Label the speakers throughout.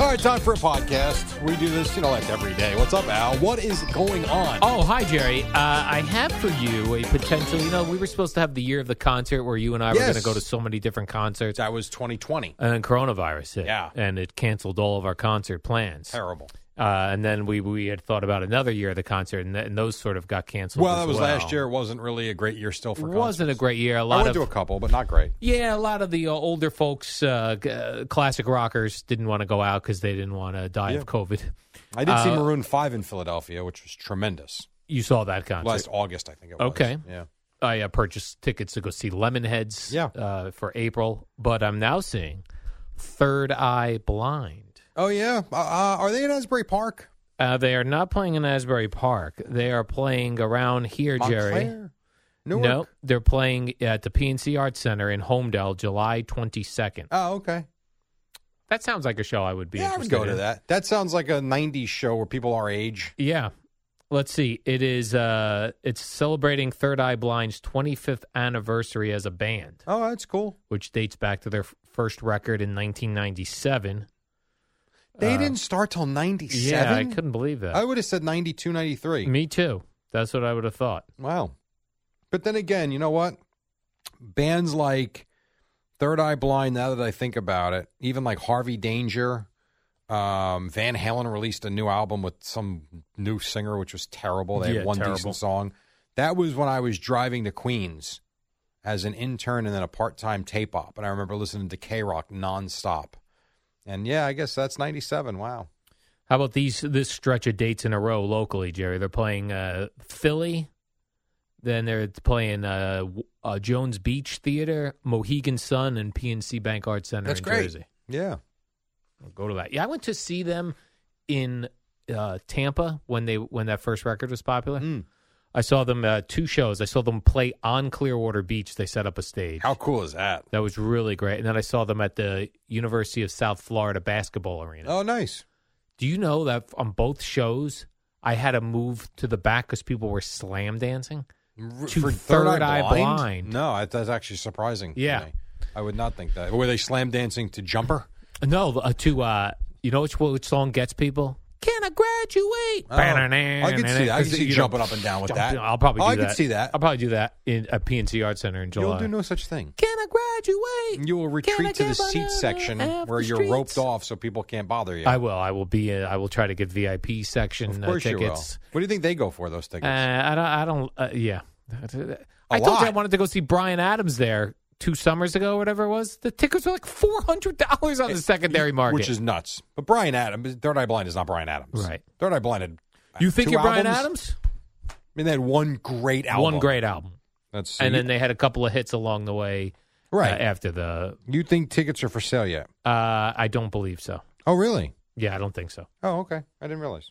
Speaker 1: All right, time for a podcast. We do this, you know, like every day. What's up, Al? What is going on?
Speaker 2: Oh, hi, Jerry. Uh, I have for you a potential. You know, we were supposed to have the year of the concert where you and I were
Speaker 1: Yes.
Speaker 2: going to go to so many different concerts, Uh,
Speaker 1: That was 2020.
Speaker 2: and then coronavirus hit.
Speaker 1: Yeah.
Speaker 2: And it canceled all of our concert plans. Uh,
Speaker 1: Terrible.
Speaker 2: and then we, we had thought about another year of the concert, and, th- and those sort of got canceled.
Speaker 1: Well,
Speaker 2: as
Speaker 1: that was last year. It wasn't really a great year still for
Speaker 2: Wasn't a
Speaker 1: concerts.
Speaker 2: great year. A
Speaker 1: I
Speaker 2: lot
Speaker 1: went
Speaker 2: of
Speaker 1: to a couple, but not great.
Speaker 2: Yeah, a lot of the uh, older folks, uh, g- uh, classic rockers, didn't want to go out because they didn't want to die
Speaker 1: Yeah.
Speaker 2: of COVID.
Speaker 1: I did see
Speaker 2: Uh,
Speaker 1: Maroon 5 in Philadelphia, which was tremendous.
Speaker 2: You saw that concert.
Speaker 1: Last August, I think it was.
Speaker 2: Okay.
Speaker 1: Yeah.
Speaker 2: I uh, purchased tickets to go see Lemonheads
Speaker 1: Yeah.
Speaker 2: uh, for April, but I'm now seeing Third Eye Blind.
Speaker 1: Oh, yeah. Uh, uh, are they in Asbury Park?
Speaker 2: Uh, they are not playing in Asbury Park. They are playing around here, Jerry.
Speaker 1: Montclair? Newark?
Speaker 2: No, they're playing at the PNC Arts Center in Homedale, July 22nd.
Speaker 1: Oh, okay.
Speaker 2: That sounds like a show I would be
Speaker 1: yeah, I would
Speaker 2: interested
Speaker 1: go to
Speaker 2: in.
Speaker 1: that. That sounds like a 90s show where people our age.
Speaker 2: Yeah. Let's see. It is uh it's celebrating Third Eye Blind's 25th anniversary as a band,
Speaker 1: Oh, that's cool.
Speaker 2: which dates back to their f- first record in 1997.
Speaker 1: They
Speaker 2: Uh,
Speaker 1: didn't start till
Speaker 2: Yeah,
Speaker 1: 97?
Speaker 2: I couldn't believe that.
Speaker 1: I would have said 92, 93.
Speaker 2: Me too. That's what I would have thought.
Speaker 1: Wow. But then again, you know what? Bands like Third Eye Blind, now that I think about it, even like Harvey Danger, um, Van Halen released a new album with some new singer, which was terrible. They
Speaker 2: Yeah,
Speaker 1: had one
Speaker 2: terrible.
Speaker 1: decent song. That was when I was driving to Queens as an intern and then a part time tape op. And I remember listening to K Rock nonstop. And yeah, I guess that's 97. Wow.
Speaker 2: How about these this stretch of dates in a row locally, Jerry? They're playing uh Philly, then they're playing uh, w- uh Jones Beach Theater, Mohegan Sun and PNC Bank Arts Center
Speaker 1: That's
Speaker 2: in
Speaker 1: great.
Speaker 2: Jersey.
Speaker 1: Yeah.
Speaker 2: I'll go to that. Yeah, I went to see them in uh, Tampa when they when that first record was popular.
Speaker 1: Mm.
Speaker 2: I saw them uh, two shows. I saw them play on Clearwater Beach. They set up a stage.
Speaker 1: How cool is that?
Speaker 2: that was really great. And then I saw them at the University of South Florida basketball arena.
Speaker 1: Oh, nice.
Speaker 2: Do you know that on both shows I had to move to the back because people were slam dancing?
Speaker 1: R-
Speaker 2: to
Speaker 1: for
Speaker 2: Third Eye Blind.
Speaker 1: No, that- that's actually surprising. to
Speaker 2: Yeah.
Speaker 1: me. I would not think that. Were they slam dancing to Jumper?
Speaker 2: No, uh, to uh, you know which which song gets people? Can I graduate?
Speaker 1: Oh, I could see that. I could see
Speaker 2: You know,
Speaker 1: jumping up and down with that.
Speaker 2: I'll probably.
Speaker 1: Oh,
Speaker 2: do
Speaker 1: I could
Speaker 2: that.
Speaker 1: see that.
Speaker 2: I'll probably do that in a PNC Art Center in
Speaker 1: You'll
Speaker 2: July.
Speaker 1: do no such thing.
Speaker 2: Can I graduate?
Speaker 1: You will
Speaker 2: Can I
Speaker 1: retreat to
Speaker 2: get
Speaker 1: the
Speaker 2: my
Speaker 1: seat
Speaker 2: love
Speaker 1: section
Speaker 2: off
Speaker 1: where
Speaker 2: the
Speaker 1: you're
Speaker 2: streets?
Speaker 1: roped off so people can't bother you.
Speaker 2: I will. I will be. uh, I will try to get VIP section
Speaker 1: of course
Speaker 2: uh,
Speaker 1: you will.
Speaker 2: tickets.
Speaker 1: What do you think they go for those tickets?
Speaker 2: Uh, I don't. I don't. Uh, yeah. I told
Speaker 1: lot.
Speaker 2: you I wanted to go see Brian Adams there two summers ago, whatever it was. The tickets were like four hundred dollars on the secondary market.
Speaker 1: Which is nuts. But Brian Adams, Third Eye Blind is not Brian Adams.
Speaker 2: Right.
Speaker 1: Third Eye Blind had.
Speaker 2: you think
Speaker 1: two
Speaker 2: you're Brian
Speaker 1: albums?
Speaker 2: Adams?
Speaker 1: I mean, they had one great album.
Speaker 2: One great album,
Speaker 1: That's
Speaker 2: and then they had a couple of hits along the way. uh,
Speaker 1: right.
Speaker 2: after the,
Speaker 1: you think tickets are for sale yet?
Speaker 2: uh, I don't believe so.
Speaker 1: Oh, really?
Speaker 2: Yeah, I don't think so.
Speaker 1: Oh, okay. I didn't realize.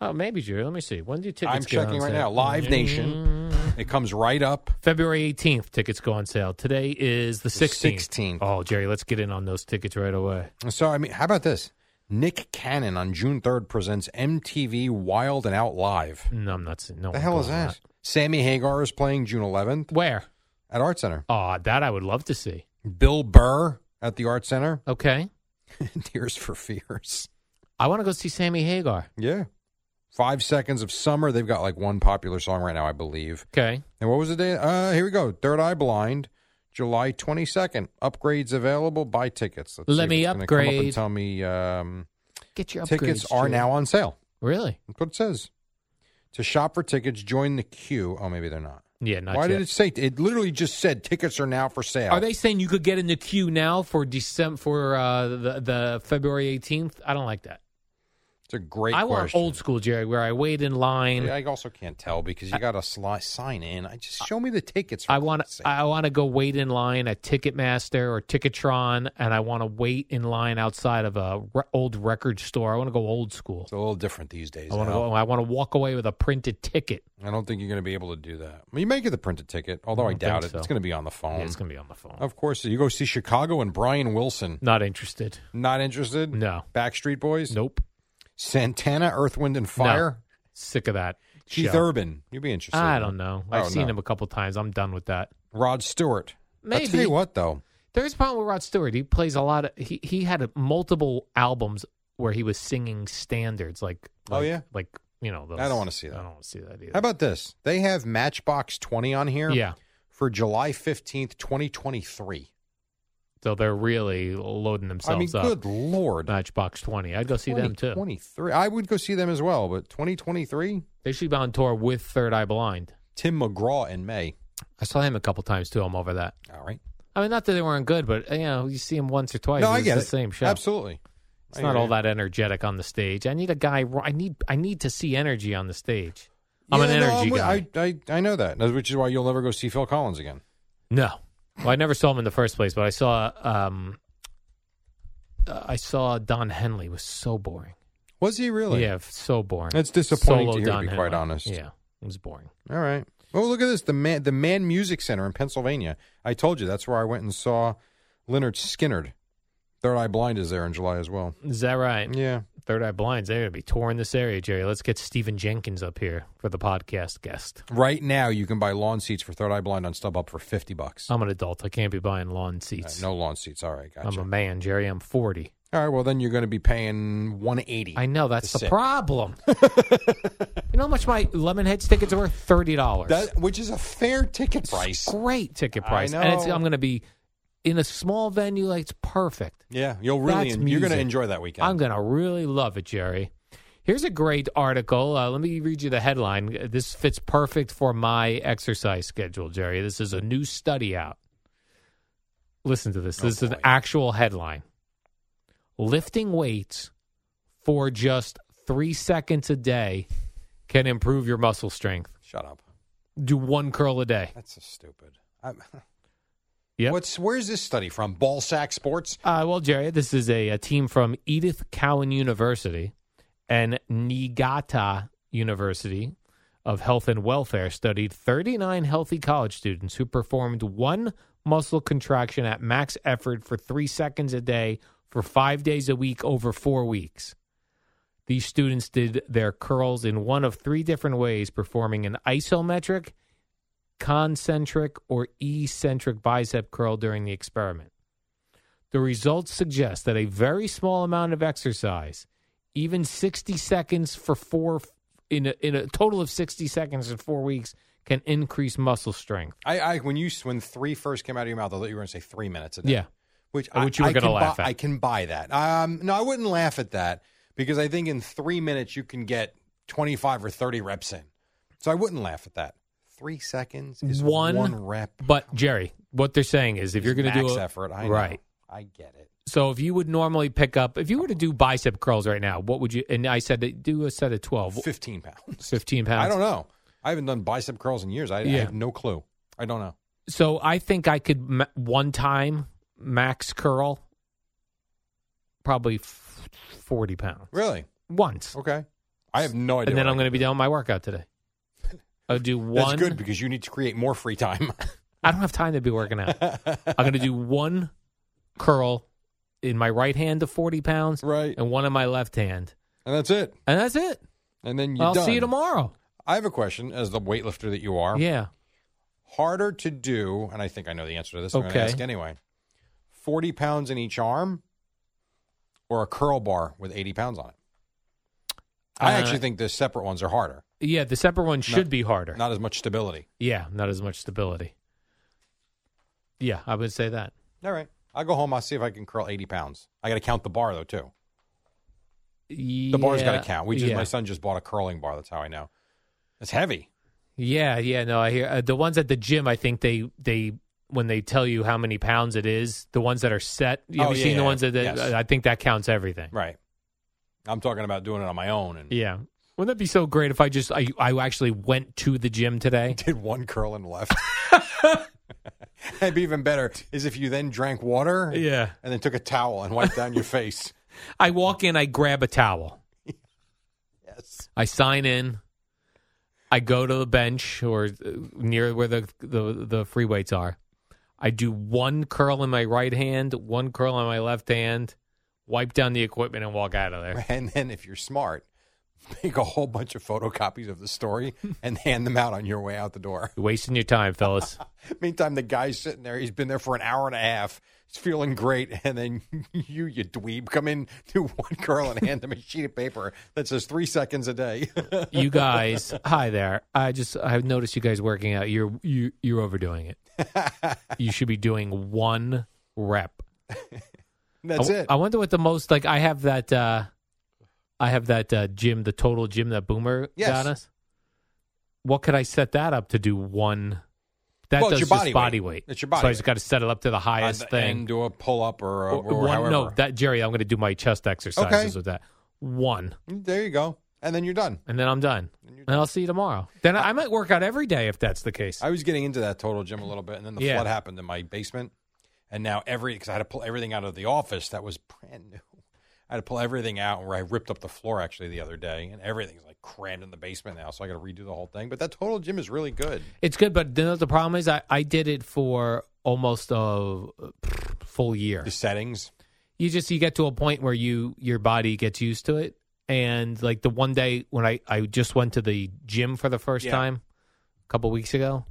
Speaker 2: Oh, maybe Jerry. Let me see. When do tickets?
Speaker 1: I'm
Speaker 2: go on Mm.
Speaker 1: checking right
Speaker 2: sale? Mm-hmm.
Speaker 1: now. Live Nation. It comes right up.
Speaker 2: February 18th, tickets go on sale. Today is the 16th.
Speaker 1: 16th.
Speaker 2: Oh, Jerry, let's get in on those tickets right away.
Speaker 1: So, I mean, how about this? Nick Cannon on June 3rd presents MTV Wild and Out Live.
Speaker 2: No, I'm not. seeing- No,
Speaker 1: The
Speaker 2: I'm
Speaker 1: hell is
Speaker 2: going on
Speaker 1: that? Sammy Hagar is playing June 11th
Speaker 2: Where?
Speaker 1: at Art Center.
Speaker 2: Oh, that I would love to see.
Speaker 1: Bill Burr at the Art Center.
Speaker 2: Okay.
Speaker 1: Tears for Fears.
Speaker 2: I want to go see Sammy Hagar.
Speaker 1: Yeah. Five Seconds of Summer. They've got like one popular song right now, I believe.
Speaker 2: Okay.
Speaker 1: And what was the day? Uh, here we go. Third Eye Blind, July 22nd. Upgrades available. Buy tickets. Let's see
Speaker 2: Let
Speaker 1: if
Speaker 2: me
Speaker 1: it's gonna come up and
Speaker 2: upgrade.
Speaker 1: tell me um,
Speaker 2: Get your
Speaker 1: tickets are now on sale.
Speaker 2: Really?
Speaker 1: That's what it says. To shop for tickets, join the queue. Oh, maybe they're not.
Speaker 2: Yeah, not
Speaker 1: Why
Speaker 2: yet.
Speaker 1: did it say? It literally just said tickets are now for sale.
Speaker 2: Are they saying you could get in the queue now for December for uh, the the February 18th? I don't like that.
Speaker 1: It's a great.
Speaker 2: I want
Speaker 1: question.
Speaker 2: old school Jerry, where I wait in line.
Speaker 1: I also can't tell because you got to sli- sign in. I just show me the tickets. for
Speaker 2: I want
Speaker 1: God's sake.
Speaker 2: I want to go wait in line at Ticketmaster or Ticketron, and I want to wait in line outside of a re- old record store. I want to go old school.
Speaker 1: It's a little different these days.
Speaker 2: I want to
Speaker 1: Al.
Speaker 2: go. I want to walk away with a printed ticket.
Speaker 1: I don't think you're going to be able to do that. Well, you may get the printed ticket, although
Speaker 2: I
Speaker 1: I,
Speaker 2: don't
Speaker 1: doubt it.
Speaker 2: think so.
Speaker 1: It's going to be on the phone. Oh.
Speaker 2: Yeah, it's gonna be on the phone.
Speaker 1: of course, you go see Chicago and Brian Wilson.
Speaker 2: Not interested.
Speaker 1: Not interested.
Speaker 2: No.
Speaker 1: Backstreet Boys.
Speaker 2: Nope.
Speaker 1: Santana, Earth, Wind, and Fire.
Speaker 2: Sick of that.
Speaker 1: Keith
Speaker 2: show.
Speaker 1: Urban. You'd be interested.
Speaker 2: I don't know. I've
Speaker 1: Oh,
Speaker 2: seen
Speaker 1: no.
Speaker 2: him a couple times. I'm done with that.
Speaker 1: Rod Stewart. I tell
Speaker 2: Maybe.
Speaker 1: you what, though.
Speaker 2: There's a problem with Rod Stewart. He plays a lot of. He he had a, multiple albums where he was singing standards like.
Speaker 1: Oh,
Speaker 2: like-
Speaker 1: yeah?
Speaker 2: Like you know. Those,
Speaker 1: I don't wanna see
Speaker 2: I
Speaker 1: that.
Speaker 2: don't want to see that either.
Speaker 1: How about this? They have Matchbox 20 on here
Speaker 2: yeah.
Speaker 1: for July 15th, 2023.
Speaker 2: So they're really loading
Speaker 1: I mean,
Speaker 2: themselves up.
Speaker 1: good Lord.
Speaker 2: Matchbox Twenty. I'd go see them too.
Speaker 1: 2023. I would go see them as well, but 2023,
Speaker 2: They should be on tour with Third Eye Blind.
Speaker 1: Tim McGraw in May.
Speaker 2: I saw him a couple times too. I'm over that.
Speaker 1: All right.
Speaker 2: I mean, not that they weren't good, but you know, you see him once or twice.
Speaker 1: no, I
Speaker 2: it's
Speaker 1: get
Speaker 2: the
Speaker 1: it.
Speaker 2: same show.
Speaker 1: Absolutely.
Speaker 2: It's
Speaker 1: I
Speaker 2: not
Speaker 1: hear
Speaker 2: all
Speaker 1: you.
Speaker 2: that energetic on the stage. I need a guy. I need. I need to see energy on the stage. I'm
Speaker 1: Yeah,
Speaker 2: an
Speaker 1: no,
Speaker 2: energy
Speaker 1: with-
Speaker 2: guy.
Speaker 1: I, I, I know that, That's- which is why you'll never go see Phil Collins again.
Speaker 2: No. Well, I never saw him in the first place, but I saw um uh, I saw Don Henley was so boring.
Speaker 1: Was he really?
Speaker 2: Yeah, so boring.
Speaker 1: That's disappointing
Speaker 2: Solo
Speaker 1: to hear, to
Speaker 2: Don
Speaker 1: be
Speaker 2: Henley.
Speaker 1: quite honest.
Speaker 2: Yeah, it was boring.
Speaker 1: All right. Oh, look at this. The Man, the Man Music Center in Pennsylvania. I told you that's where I went and saw Leonard Skinnard. Third Eye Blind is there in July as well.
Speaker 2: Is that right?
Speaker 1: Yeah.
Speaker 2: Third Eye Blinds, they're going to be touring this area, Jerry. Let's get Stephen Jenkins up here for the podcast guest.
Speaker 1: Right now, you can buy lawn seats for Third Eye Blind on StubHub for 50 bucks.
Speaker 2: I'm an adult. I can't be buying lawn
Speaker 1: Uh,
Speaker 2: seats.
Speaker 1: no lawn seats. All right, gotcha.
Speaker 2: I'm a man, Jerry. I'm 40.
Speaker 1: All right, well then you're going to be paying 180.
Speaker 2: I know that's
Speaker 1: to
Speaker 2: the
Speaker 1: sit.
Speaker 2: problem. you know how much my Lemonheads tickets are worth? Thirty dollars.
Speaker 1: That which is a fair ticket price.
Speaker 2: Great ticket
Speaker 1: I
Speaker 2: price. And it's,
Speaker 1: know.
Speaker 2: I'm going to be in a small venue. Like, it's perfect.
Speaker 1: Yeah, you'll really
Speaker 2: That's
Speaker 1: en- you're going to
Speaker 2: music.
Speaker 1: enjoy that weekend.
Speaker 2: I'm going to really love it, Jerry. Here's a great article. Uh, let me read you the headline. This fits perfect for my exercise schedule, Jerry. This is a new study out. Listen to this.
Speaker 1: Oh,
Speaker 2: this is
Speaker 1: boy.
Speaker 2: an actual headline. Lifting weights for just three seconds a day can improve your muscle strength.
Speaker 1: Shut up.
Speaker 2: Do one curl a day.
Speaker 1: That's so stupid. I'm,
Speaker 2: Yep.
Speaker 1: What's where's this study from? Ball Sack Sports.
Speaker 2: Uh, well, Jerry, this is a, a team from Edith Cowan University and Niigata University of Health and Welfare studied 39 healthy college students who performed one muscle contraction at max effort for three seconds a day for five days a week over four weeks. These students did their curls in one of three different ways, performing an isometric, concentric, or eccentric bicep curl during the experiment. The results suggest that a very small amount of exercise, even 60 seconds for four, in a, in a total of 60 seconds in four weeks, can increase muscle strength.
Speaker 1: I, I when you when three first came out of your mouth, I thought you were going to say three minutes a day.
Speaker 2: Yeah.
Speaker 1: which,
Speaker 2: Uh,
Speaker 1: I,
Speaker 2: which you were
Speaker 1: I
Speaker 2: gonna
Speaker 1: can
Speaker 2: laugh
Speaker 1: buy,
Speaker 2: at.
Speaker 1: I can buy that. Um, no, I wouldn't laugh at that because I think in three minutes you can get twenty five or thirty reps in. So I wouldn't laugh at that. Three seconds is
Speaker 2: One-
Speaker 1: one, rep.
Speaker 2: But, Jerry, what they're saying is if you're going to do
Speaker 1: max
Speaker 2: a-
Speaker 1: effort, I know.
Speaker 2: right.
Speaker 1: I get it.
Speaker 2: So if you would normally pick up, if you were to do bicep curls right now, what would you? And I said, to do a set of 12,
Speaker 1: Fifteen pounds.
Speaker 2: 15 pounds.
Speaker 1: I don't know. I haven't done bicep curls in years. I, I
Speaker 2: Yeah.
Speaker 1: have no clue. I don't know.
Speaker 2: So I think I could ma- one time max curl probably f- 40 pounds
Speaker 1: Really?
Speaker 2: once.
Speaker 1: Okay. I have no idea.
Speaker 2: and then
Speaker 1: what
Speaker 2: I'm
Speaker 1: I-
Speaker 2: going to be done with my workout today. I'll do
Speaker 1: That's
Speaker 2: one.
Speaker 1: good because you need to create more free time.
Speaker 2: I don't have time to be working out. I'm going to do one curl in my right hand to 40 pounds
Speaker 1: right.
Speaker 2: and one in my left hand.
Speaker 1: And that's it.
Speaker 2: And that's it.
Speaker 1: And then you're
Speaker 2: I'll
Speaker 1: done.
Speaker 2: see you tomorrow.
Speaker 1: I have a question as the weightlifter that you are.
Speaker 2: Yeah.
Speaker 1: Harder to do, and I think I know the answer to this. I'm going to
Speaker 2: Okay.
Speaker 1: ask anyway. 40 pounds in each arm or a curl bar with 80 pounds on it? I
Speaker 2: Uh,
Speaker 1: actually think the separate ones are harder.
Speaker 2: Yeah, the separate one should be harder.
Speaker 1: Not as much stability.
Speaker 2: yeah, not as much stability. Yeah, I would say that.
Speaker 1: All right. I'll go home. I'll see if I can curl 80 pounds. I got to count the bar, though, too.
Speaker 2: The
Speaker 1: The bar's got to count. We just,
Speaker 2: yeah.
Speaker 1: My son just bought a curling bar. That's how I know. It's heavy.
Speaker 2: Yeah, yeah, no, I hear uh, the ones at the gym. I think they they when they tell you how many pounds it is, the ones that are set. You
Speaker 1: Oh,
Speaker 2: ever
Speaker 1: yeah,
Speaker 2: seen
Speaker 1: yeah,
Speaker 2: the ones that? that-
Speaker 1: yes.
Speaker 2: I think that counts everything.
Speaker 1: Right. I'm talking about doing it on my own and
Speaker 2: Yeah, wouldn't that be so great if I just I I actually went to the gym today?
Speaker 1: did one curl and left. That'd be even better is if you then drank water
Speaker 2: Yeah,
Speaker 1: and then took a towel and wiped down your face.
Speaker 2: I walk in, I grab a towel,
Speaker 1: Yes.
Speaker 2: I sign in, I go to the bench or uh, near where the the the free weights are. I do one curl in my right hand, one curl in my left hand, wipe down the equipment, and walk out of there.
Speaker 1: And then if you're smart, make a whole bunch of photocopies of the story and hand them out on your way out the door.
Speaker 2: You're wasting your time, fellas.
Speaker 1: Meantime, the guy's sitting there. He's been there for an hour and a half. He's feeling great. And then you, you dweeb, come in, do one curl, and hand him a sheet of paper that says three seconds a day.
Speaker 2: you guys, hi there. I just I've noticed you guys working out. You're you you're overdoing it. you should be doing one rep.
Speaker 1: That's
Speaker 2: I,
Speaker 1: it.
Speaker 2: I wonder what the most like. I have that. uh I have that uh, gym, the total gym that Boomer
Speaker 1: Yes.
Speaker 2: got us. What could I set that up to do one? That
Speaker 1: Well, it's
Speaker 2: does
Speaker 1: your
Speaker 2: just
Speaker 1: body weight.
Speaker 2: body weight.
Speaker 1: It's your body
Speaker 2: So I
Speaker 1: weight.
Speaker 2: just got to set it up to the
Speaker 1: Uh,
Speaker 2: highest thing.
Speaker 1: And do a pull up or, a,
Speaker 2: Or-
Speaker 1: or,
Speaker 2: one,
Speaker 1: however.
Speaker 2: no, that Jerry, I'm going to do my chest exercises with that. One,
Speaker 1: there you go. And then you're done.
Speaker 2: and then I'm done. And I'll see you tomorrow. Then I, I might work out every day if that's the case.
Speaker 1: I was getting into that total gym a little bit, and then the
Speaker 2: Yeah.
Speaker 1: flood happened in my basement, and now every because I had to pull everything out of the office that was brand new. I had to pull everything out where I ripped up the floor actually the other day, and everything's like crammed in the basement now. So I got to redo the whole thing. But that total gym is really good.
Speaker 2: It's good, but the, the problem is I, I did it for almost a full year.
Speaker 1: The settings,
Speaker 2: You just you get to a point where you your body gets used to it, and like the one day when I I just went to the gym for the first
Speaker 1: Yeah.
Speaker 2: time a couple weeks ago,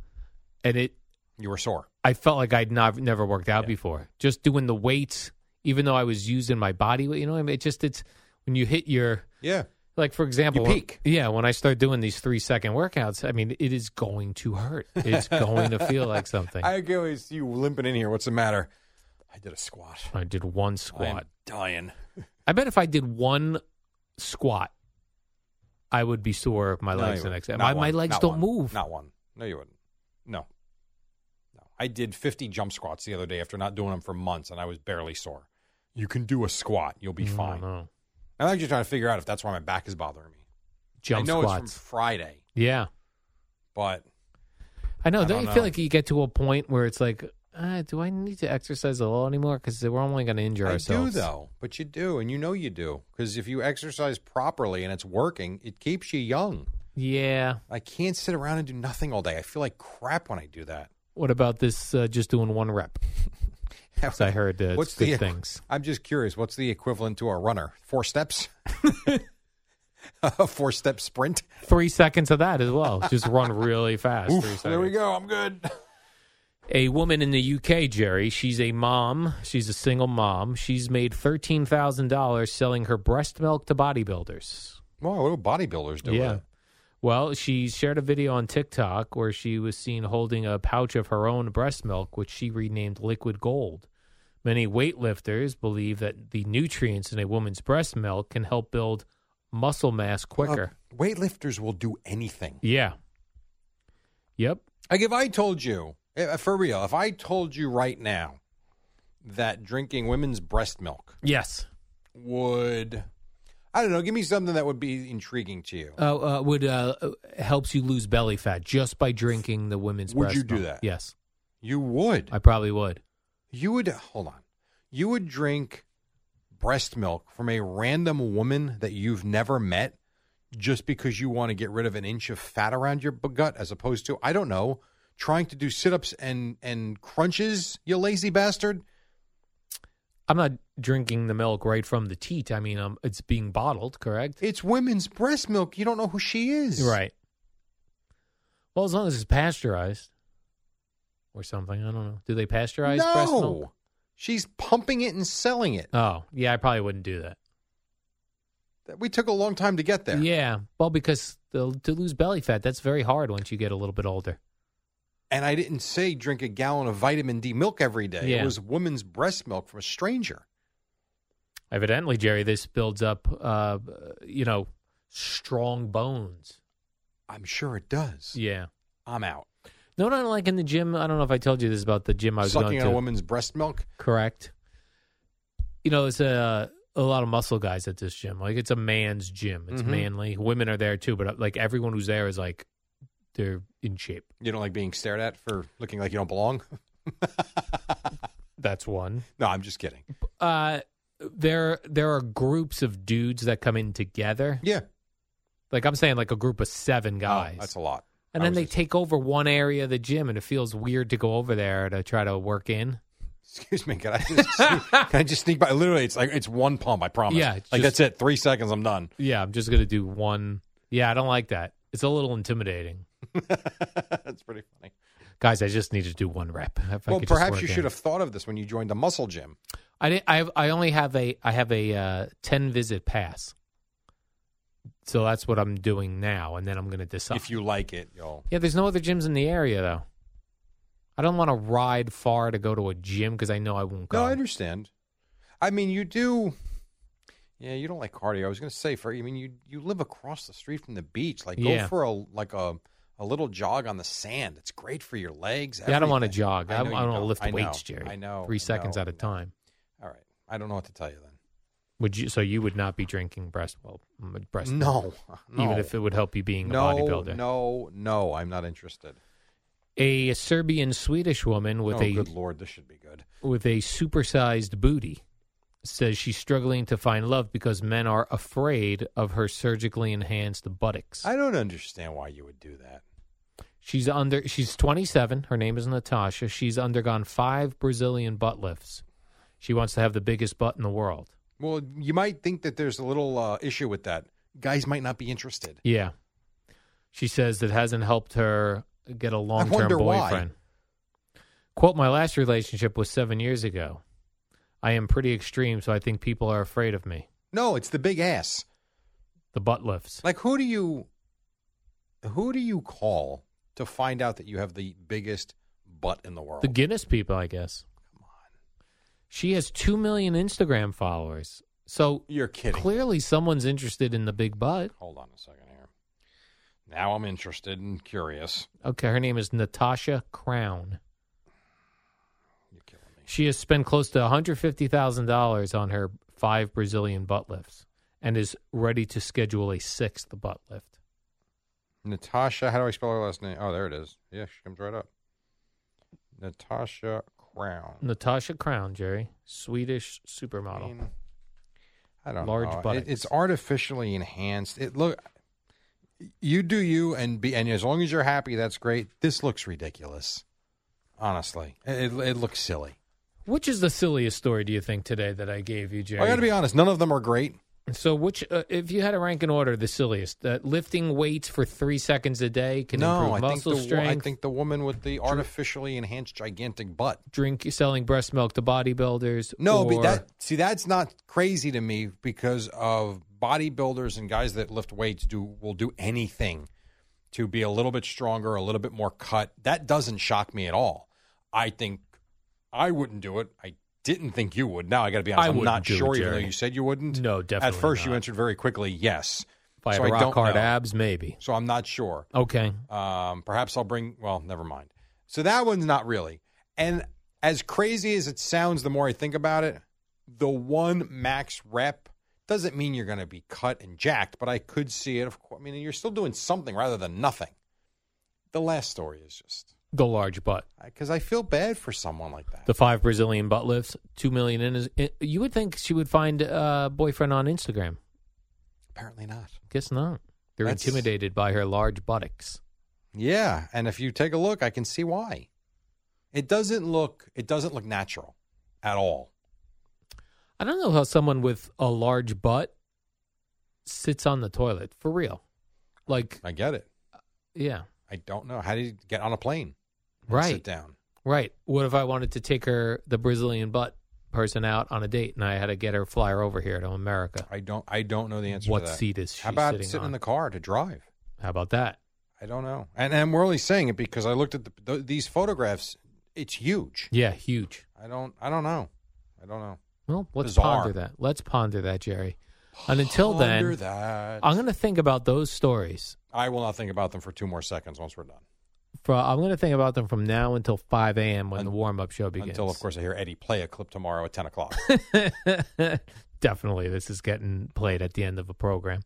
Speaker 2: and it
Speaker 1: you were sore.
Speaker 2: I felt like I'd not never worked out before. Just doing the weights, even though I was using my body, weight, you know, what I mean, it just it's when you hit your
Speaker 1: Yeah,
Speaker 2: like for example, when-
Speaker 1: peak.
Speaker 2: yeah, when I start doing these three second workouts, I mean, it is going to hurt. It's going to feel like something.
Speaker 1: I can always see you limping in here. What's the matter? I did a squat.
Speaker 2: I did one
Speaker 1: I am
Speaker 2: squat.
Speaker 1: dying.
Speaker 2: I bet if I did one squat, I would be sore my
Speaker 1: No,
Speaker 2: legs the
Speaker 1: you wouldn't.
Speaker 2: next day.
Speaker 1: Not
Speaker 2: My, my
Speaker 1: one.
Speaker 2: legs
Speaker 1: Not
Speaker 2: don't
Speaker 1: one.
Speaker 2: move.
Speaker 1: Not one. No, you wouldn't. No. No. I did 50 jump squats the other day after not doing them for months, and I was barely sore. You can do a squat. You'll be
Speaker 2: No,
Speaker 1: fine.
Speaker 2: Mm, no.
Speaker 1: I'm actually trying to figure out if that's why my back is bothering me.
Speaker 2: Jump
Speaker 1: I know
Speaker 2: squats.
Speaker 1: it's from Friday,
Speaker 2: yeah.
Speaker 1: but
Speaker 2: I know.
Speaker 1: I
Speaker 2: don't,
Speaker 1: don't
Speaker 2: you
Speaker 1: know.
Speaker 2: feel like you get to a point where it's like, uh, do I need to exercise at all anymore? Because we're only going to injure
Speaker 1: I do,
Speaker 2: ourselves.
Speaker 1: though. But you do, and you know you do. Because if you exercise properly and it's working, it keeps you young.
Speaker 2: Yeah.
Speaker 1: I can't sit around and do nothing all day. I feel like crap when I do that.
Speaker 2: What about this? Uh, just doing one rep. 'Cause I heard uh, it's good
Speaker 1: the, equ-
Speaker 2: things.
Speaker 1: I'm just curious. What's the equivalent to a runner? Four steps. a four step sprint.
Speaker 2: Three seconds of that as well. Just run really fast.
Speaker 1: Oof,
Speaker 2: Three seconds.
Speaker 1: there we go. I'm good.
Speaker 2: A woman in the UK, Jerry, she's a mom. She's a single mom. She's made $13,000 selling her breast milk to bodybuilders.
Speaker 1: Oh, Wow, what do bodybuilders do? Uh,
Speaker 2: Yeah. Well, she shared a video on TikTok where she was seen holding a pouch of her own breast milk, which she renamed liquid gold. Many weightlifters believe that the nutrients in a woman's breast milk can help build muscle mass quicker.
Speaker 1: weightlifters will do anything.
Speaker 2: yeah. Yep.
Speaker 1: Like if I told you, eh, for real, if I told you right now that drinking women's breast milk
Speaker 2: Yes.
Speaker 1: would, I don't know, give me something that would be intriguing to you.
Speaker 2: uh, uh, would uh, uh, helps you lose belly fat just by drinking the women's.
Speaker 1: Would
Speaker 2: breast
Speaker 1: you do
Speaker 2: milk.
Speaker 1: that?
Speaker 2: Yes,
Speaker 1: You would.
Speaker 2: I probably would.
Speaker 1: You would hold on. You would drink breast milk from a random woman that you've never met just because you want to get rid of an inch of fat around your bu- gut as opposed to I don't know, trying to do sit-ups and and crunches, you lazy bastard.
Speaker 2: I'm not drinking the milk right from the teat. I mean, um, it's being bottled, correct?
Speaker 1: It's women's breast milk. You don't know who she is.
Speaker 2: Right. Well, as long as it's pasteurized or something, I don't know. Do they pasteurize breast milk?
Speaker 1: No. She's pumping it and selling it.
Speaker 2: Oh, yeah, I probably wouldn't do that.
Speaker 1: that we took a long time to get there.
Speaker 2: Yeah. Well, because the, to lose belly fat, that's very hard once you get a little bit older.
Speaker 1: And I didn't say drink a gallon of vitamin D milk every day.
Speaker 2: Yeah.
Speaker 1: It was woman's breast milk from a stranger.
Speaker 2: Evidently, Jerry, this builds up, uh, you know, strong bones.
Speaker 1: I'm sure it does.
Speaker 2: Yeah.
Speaker 1: I'm out.
Speaker 2: No, not like in the gym. I don't know if I told you this about the gym I was
Speaker 1: Sucking
Speaker 2: going
Speaker 1: on
Speaker 2: to.
Speaker 1: a woman's breast milk.
Speaker 2: Correct. You know, it's a a lot of muscle guys at this gym. Like it's a man's gym. It's
Speaker 1: Mhm.
Speaker 2: manly. Women are there too, but uh, like everyone who's there is like they're in shape.
Speaker 1: You don't like being stared at for looking like you don't belong?
Speaker 2: That's one.
Speaker 1: No, I'm just kidding.
Speaker 2: Uh there there are groups of dudes that come in together.
Speaker 1: Yeah.
Speaker 2: Like I'm saying like a group of 7
Speaker 1: No,
Speaker 2: guys.
Speaker 1: Oh, that's a lot.
Speaker 2: and
Speaker 1: I
Speaker 2: then
Speaker 1: was
Speaker 2: they
Speaker 1: just-
Speaker 2: take over one area of the gym and it feels weird to go over there to try to work in.
Speaker 1: Excuse me, can I just sneak, can I just sneak by? Literally, it's like it's one pump. I promise.
Speaker 2: Yeah,
Speaker 1: like
Speaker 2: it's just-
Speaker 1: that's it. Three seconds, I'm done.
Speaker 2: Yeah, I'm just going to do one. Yeah, I don't like that. It's a little intimidating.
Speaker 1: that's pretty funny.
Speaker 2: Guys, I just need to do one rep. If I
Speaker 1: well,
Speaker 2: could just
Speaker 1: perhaps
Speaker 2: work
Speaker 1: you
Speaker 2: in.
Speaker 1: should have thought of this when you joined the muscle gym.
Speaker 2: I didn't, I have, I only have a I have a uh, ten visit pass. So that's what I'm doing now, and then I'm going to decide.
Speaker 1: If you like it, yo.
Speaker 2: yeah, there's no other gyms in the area though. I don't want to ride far to go to a gym because I know I won't go.
Speaker 1: No, I understand. I mean, you do. Yeah, you don't like cardio. I was going to say for. I mean, you you live across the street from the beach. Like,
Speaker 2: Yeah.
Speaker 1: go for a like a a little jog on the sand. It's great for your legs.
Speaker 2: Yeah, I don't want to
Speaker 1: everything.
Speaker 2: jog. I, I,
Speaker 1: know you
Speaker 2: don't want to lift
Speaker 1: I know,
Speaker 2: weights, Jerry.
Speaker 1: I know.
Speaker 2: Three
Speaker 1: I
Speaker 2: seconds
Speaker 1: know,
Speaker 2: at a
Speaker 1: I know.
Speaker 2: time.
Speaker 1: All right, I don't know what to tell you then.
Speaker 2: Would you? So you would not be drinking breast well m- breast milk,
Speaker 1: No, no.
Speaker 2: even if it would help you being
Speaker 1: no,
Speaker 2: a bodybuilder.
Speaker 1: No, no, I'm not interested.
Speaker 2: A Serbian Swedish woman with
Speaker 1: oh,
Speaker 2: a
Speaker 1: good lord, this should be good.
Speaker 2: with a supersized booty says she's struggling to find love because men are afraid of her surgically enhanced buttocks.
Speaker 1: I don't understand why you would do that.
Speaker 2: she's under she's 27, her name is Natasha. She's undergone 5 Brazilian butt lifts. She wants to have the biggest butt in the world.
Speaker 1: Well, you might think that there's a little uh, issue with that. Guys might not be interested.
Speaker 2: Yeah. She says it hasn't helped her get a long term
Speaker 1: wonder why.
Speaker 2: boyfriend. Quote, my last relationship was seven years ago. I am pretty extreme, so I think people are afraid of me.
Speaker 1: No, it's the big ass.
Speaker 2: The butt lifts.
Speaker 1: Like who do you who do you call to find out that you have the biggest butt in the world?
Speaker 2: The Guinness people, I guess.
Speaker 1: Come on.
Speaker 2: She has 2 million Instagram followers. So
Speaker 1: You're kidding.
Speaker 2: clearly someone's interested in the big butt.
Speaker 1: Hold on a second here. Now I'm interested and curious.
Speaker 2: Okay, her name is Natasha Crown.
Speaker 1: You're killing me.
Speaker 2: She has spent close to $150,000 on her five Brazilian butt lifts and is ready to schedule a sixth butt lift.
Speaker 1: Natasha, how do I spell her last name? Oh, there it is. Yeah, she comes right up. Natasha Crown.
Speaker 2: Natasha Crown, Jerry, Swedish
Speaker 1: I,
Speaker 2: supermodel.
Speaker 1: mean, I don't
Speaker 2: Large
Speaker 1: know. It-
Speaker 2: buttocks.
Speaker 1: it's artificially enhanced. It look you do you and be and as long as you're happy, that's great. This looks ridiculous. Honestly. It, it, it looks silly.
Speaker 2: Which is the silliest story, do you think, today that I gave you, Jerry?
Speaker 1: I got to be honest, none of them are great.
Speaker 2: So, which, uh, if you had to rank in order, the silliest that lifting weights for three seconds a day can improve
Speaker 1: no, I think, the,
Speaker 2: muscle
Speaker 1: wo-
Speaker 2: strength.
Speaker 1: I think the woman with the artificially enhanced gigantic butt.
Speaker 2: drink selling breast milk to bodybuilders.
Speaker 1: No,
Speaker 2: or-
Speaker 1: but that see that's not crazy to me because of bodybuilders and guys that lift weights do will do anything to be a little bit stronger, a little bit more cut. That doesn't shock me at all. I think I wouldn't do it. I didn't think you would. Now I got to be honest.
Speaker 2: I
Speaker 1: I'm
Speaker 2: wouldn't
Speaker 1: not
Speaker 2: do it,
Speaker 1: sure, even though
Speaker 2: Jerry.
Speaker 1: you said you wouldn't.
Speaker 2: No,
Speaker 1: At
Speaker 2: definitely
Speaker 1: first, you
Speaker 2: not.
Speaker 1: answered very quickly yes.
Speaker 2: if I
Speaker 1: so
Speaker 2: had
Speaker 1: I
Speaker 2: rock
Speaker 1: don't
Speaker 2: hard
Speaker 1: know.
Speaker 2: abs, maybe.
Speaker 1: So I'm not sure.
Speaker 2: Okay,
Speaker 1: Um, perhaps I'll bring. Well, never mind. So that one's not really. And as crazy as it sounds, the more I think about it, the one max rep doesn't mean you're going to be cut and jacked. But I could see it. Of course, I mean you're still doing something rather than nothing. The last story is just
Speaker 2: the large butt,
Speaker 1: because I feel bad for someone like that.
Speaker 2: the five Brazilian butt lifts, two million in. Is, i- you would think she would find a boyfriend on Instagram.
Speaker 1: Apparently not.
Speaker 2: Guess not. They're
Speaker 1: That's-
Speaker 2: intimidated by her large buttocks.
Speaker 1: Yeah, and if you take a look, I can see why. It doesn't look. It doesn't look natural at all.
Speaker 2: I don't know how someone with a large butt sits on the toilet for real. Like,
Speaker 1: I get it.
Speaker 2: yeah,
Speaker 1: I don't know how do you get on a plane. and
Speaker 2: right,
Speaker 1: Sit down.
Speaker 2: right. What if I wanted to take her the Brazilian butt person out on a date, and I had to get her flyer over here to America.
Speaker 1: I don't. I don't know the answer.
Speaker 2: What
Speaker 1: to that.
Speaker 2: seat is she
Speaker 1: How about
Speaker 2: sitting
Speaker 1: sitting
Speaker 2: on?
Speaker 1: in the car to drive?
Speaker 2: How about that?
Speaker 1: I don't know. And and we're only saying it because I looked at the, th- these photographs. It's huge.
Speaker 2: Yeah, huge.
Speaker 1: I don't. I don't know. I don't know.
Speaker 2: Well, let's
Speaker 1: Bizarre.
Speaker 2: ponder that. Let's ponder that, Jerry. And until
Speaker 1: Ponder
Speaker 2: then,
Speaker 1: that.
Speaker 2: I'm going to think about those stories.
Speaker 1: I will not think about them for two more seconds once we're done.
Speaker 2: For, I'm going to think about them from now until 5 a.m. when
Speaker 1: Un-
Speaker 2: the warm up show begins.
Speaker 1: Until of course I hear Eddie play a clip tomorrow at ten o'clock.
Speaker 2: Definitely, this is getting played at the end of a program.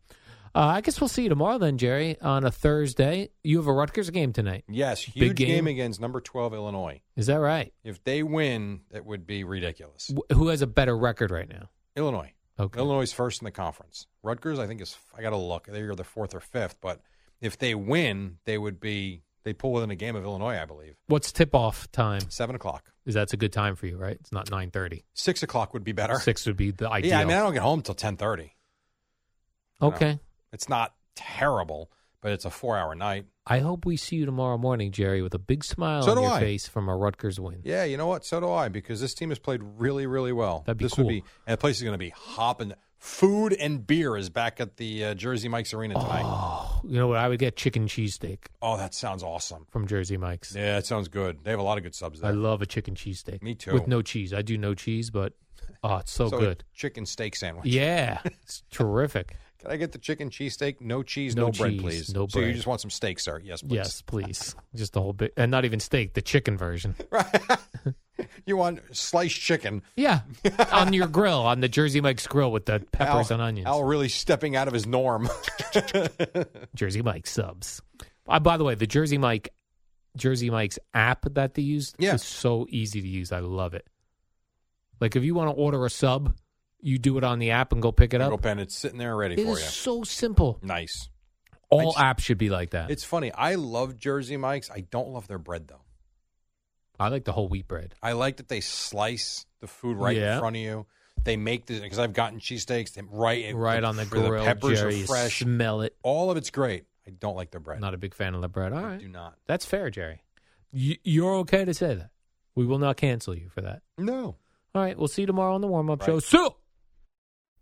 Speaker 2: Uh, I guess we'll see you tomorrow then, Jerry, on a Thursday. You have a Rutgers game tonight.
Speaker 1: yes, huge
Speaker 2: game.
Speaker 1: game. against number twelve Illinois.
Speaker 2: Is that right?
Speaker 1: If they win, it would be ridiculous.
Speaker 2: Wh- who has a better record right now?
Speaker 1: Illinois.
Speaker 2: Okay.
Speaker 1: Illinois is first in the conference. Rutgers, I think, is I got to look. They're the fourth or fifth, but if they win, they would be they pull within a game of Illinois, I believe.
Speaker 2: What's tip off time?
Speaker 1: Seven o'clock,
Speaker 2: Is that's a good time for you, right? It's not 9.30.
Speaker 1: six o'clock would be better.
Speaker 2: Six would be the ideal.
Speaker 1: Yeah, I mean, I don't get home till ten thirty.
Speaker 2: okay.
Speaker 1: It's not terrible, but it's a four-hour night.
Speaker 2: I hope we see you tomorrow morning, Jerry, with a big smile
Speaker 1: So
Speaker 2: on
Speaker 1: do
Speaker 2: your
Speaker 1: I.
Speaker 2: face from a Rutgers win.
Speaker 1: Yeah, you know what? So do I because this team has played really, really well.
Speaker 2: That'd be
Speaker 1: this
Speaker 2: cool.
Speaker 1: would be and the place is going to be hopping. Food and beer is back at the uh, Jersey Mike's Arena
Speaker 2: Oh.
Speaker 1: tonight.
Speaker 2: You know what? I would get chicken cheesesteak
Speaker 1: Oh. that sounds awesome.
Speaker 2: from Jersey Mike's.
Speaker 1: Yeah, that sounds good. They have a lot of good subs there.
Speaker 2: I love a chicken cheesesteak.
Speaker 1: Me too.
Speaker 2: With no cheese. I do no cheese, but oh, it's so,
Speaker 1: a
Speaker 2: good.
Speaker 1: Chicken steak sandwich.
Speaker 2: Yeah. It's terrific.
Speaker 1: Can I get the chicken cheesesteak? No cheese,
Speaker 2: No
Speaker 1: no, bread,
Speaker 2: cheese,
Speaker 1: please.
Speaker 2: no
Speaker 1: So you
Speaker 2: bread.
Speaker 1: just want some steak, sir? Yes, please.
Speaker 2: Yes, please. Just the whole bit. And not even steak, the chicken version.
Speaker 1: You want sliced chicken.
Speaker 2: Yeah. on your grill, on the Jersey Mike's grill with the peppers
Speaker 1: Al,
Speaker 2: and onions.
Speaker 1: Al really stepping out of his norm.
Speaker 2: Jersey Mike subs. Uh, by the way, the Jersey Mike Jersey Mike's app that they use
Speaker 1: Yeah.
Speaker 2: is so easy to use. I love it. Like if you want to order a sub, you do it on the app and go pick it
Speaker 1: Go
Speaker 2: up.
Speaker 1: pen, it's sitting there ready
Speaker 2: It
Speaker 1: for
Speaker 2: is so simple.
Speaker 1: you. Nice. I
Speaker 2: All
Speaker 1: just-
Speaker 2: apps should be like that.
Speaker 1: It's funny. I love Jersey Mike's. I don't love their bread though.
Speaker 2: I like the whole wheat bread.
Speaker 1: I like that they slice the food right
Speaker 2: Yeah.
Speaker 1: in front of you. They make the because I've gotten cheesesteaks they- right
Speaker 2: Right on the
Speaker 1: for
Speaker 2: grill,
Speaker 1: The peppers
Speaker 2: Jerry,
Speaker 1: are
Speaker 2: you
Speaker 1: fresh.
Speaker 2: smell it.
Speaker 1: All of it's great. I don't like their bread.
Speaker 2: Not a big fan of the bread. All
Speaker 1: I
Speaker 2: right.
Speaker 1: do not.
Speaker 2: That's fair, Jerry. Y- you're okay to say that. We will not cancel you for that.
Speaker 1: No.
Speaker 2: All right. We'll see you tomorrow on the warm up
Speaker 1: Right.
Speaker 2: show. So.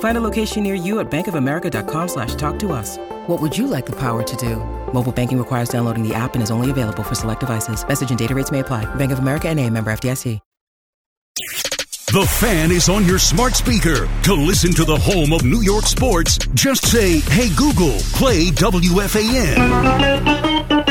Speaker 3: Find a location near you at bankofamerica.com slash talk to us. What would you like the power to do? Mobile banking requires downloading the app and is only available for select devices. Message and data rates may apply. Bank of America and a member FDIC.
Speaker 4: The fan is on your smart speaker. To listen to the home of New York sports, just say, Hey Google, play WFAN.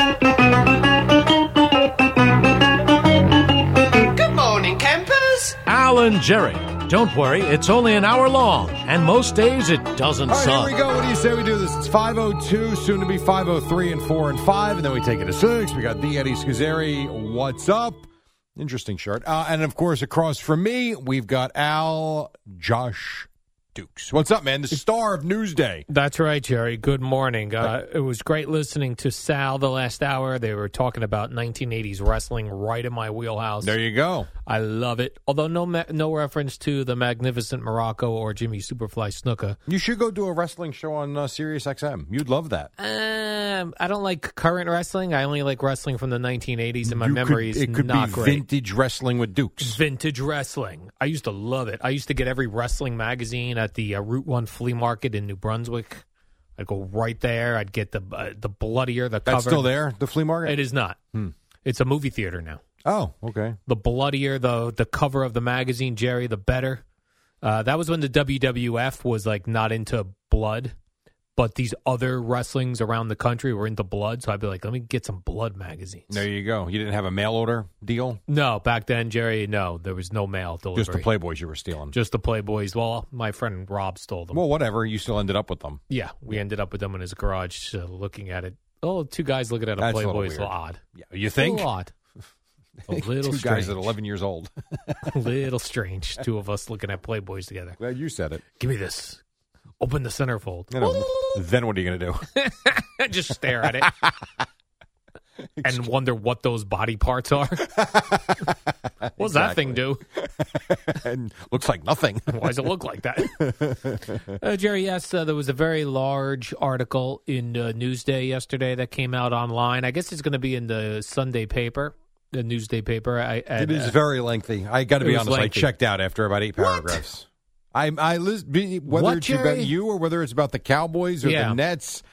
Speaker 5: Al and Jerry. Don't worry, it's only an hour long, and most days it doesn't
Speaker 1: All right,
Speaker 5: suck.
Speaker 1: here we go. What do you say we do this? It's 502, soon to be 503 and 4 and 5, and then we take it to 6. We got the Eddie Scazzeri. What's up? Interesting shirt. Uh, and of course, across from me, we've got Al Josh Dukes. What's up, man? The star of Newsday.
Speaker 2: That's right, Jerry. Good morning. Uh, it was great listening to Sal the last hour. They were talking about 1980s wrestling right in my wheelhouse.
Speaker 1: There you go.
Speaker 2: I love it. Although no ma- no reference to the Magnificent Morocco or Jimmy Superfly Snuka.
Speaker 1: You should go do a wrestling show on uh, Sirius XM. You'd love that.
Speaker 2: Um, I don't like current wrestling. I only like wrestling from the 1980s, and my
Speaker 1: You
Speaker 2: memory
Speaker 1: could-
Speaker 2: is
Speaker 1: It could
Speaker 2: not
Speaker 1: be
Speaker 2: great.
Speaker 1: vintage wrestling with Dukes.
Speaker 2: Vintage wrestling. I used to love it. I used to get every wrestling magazine at the uh, Route One flea market in New Brunswick. I'd go right there. I'd get the uh, the bloodier the
Speaker 1: That's
Speaker 2: cover.
Speaker 1: still there, Hmm. the flea market?
Speaker 2: It is not. It's a movie theater now.
Speaker 1: Oh, okay.
Speaker 2: The bloodier the the cover of the magazine, Jerry, the better. Uh, that was when the WWF was like not into blood, but these other wrestlings around the country were into blood. So I'd be like, let me get some blood magazines.
Speaker 1: There you go. You didn't have a mail order deal?
Speaker 2: no, back then, Jerry, no, there was no mail delivery.
Speaker 1: Just the Playboys you were stealing.
Speaker 2: Just the Playboys. Well, my friend Rob stole them.
Speaker 1: Well, whatever. You still ended up with them.
Speaker 2: yeah, we ended up with them in his garage, uh, looking at it. Oh, two guys looking at a
Speaker 1: That's a little
Speaker 2: Playboy is a
Speaker 1: weird.
Speaker 2: little odd.
Speaker 1: Yeah, you think?
Speaker 2: A little odd. A little
Speaker 1: Two
Speaker 2: strange.
Speaker 1: guys at 11 years old.
Speaker 2: little strange. Two of us looking at Playboys together.
Speaker 1: Glad you said it.
Speaker 2: Give me this. Open the centerfold.
Speaker 1: then what are you going to do?
Speaker 2: Just stare at it. and wonder what those body parts are. what does that thing do?
Speaker 1: and looks like nothing.
Speaker 2: Why does it look like that? uh, Jerry, yes, uh, there was a very large article in uh, Newsday yesterday that came out online. I guess it's going to be in the Sunday paper, the Newsday paper. I,
Speaker 1: It
Speaker 2: and,
Speaker 1: is
Speaker 2: uh,
Speaker 1: very lengthy. I got to
Speaker 2: It
Speaker 1: be
Speaker 2: was
Speaker 1: honest. I
Speaker 2: lengthy.
Speaker 1: checked out after about eight paragraphs. I, I lis- be- whether
Speaker 2: What,
Speaker 1: it's about
Speaker 2: Jerry?
Speaker 1: you or whether it's about the Cowboys or
Speaker 2: Yeah.
Speaker 1: the Nets,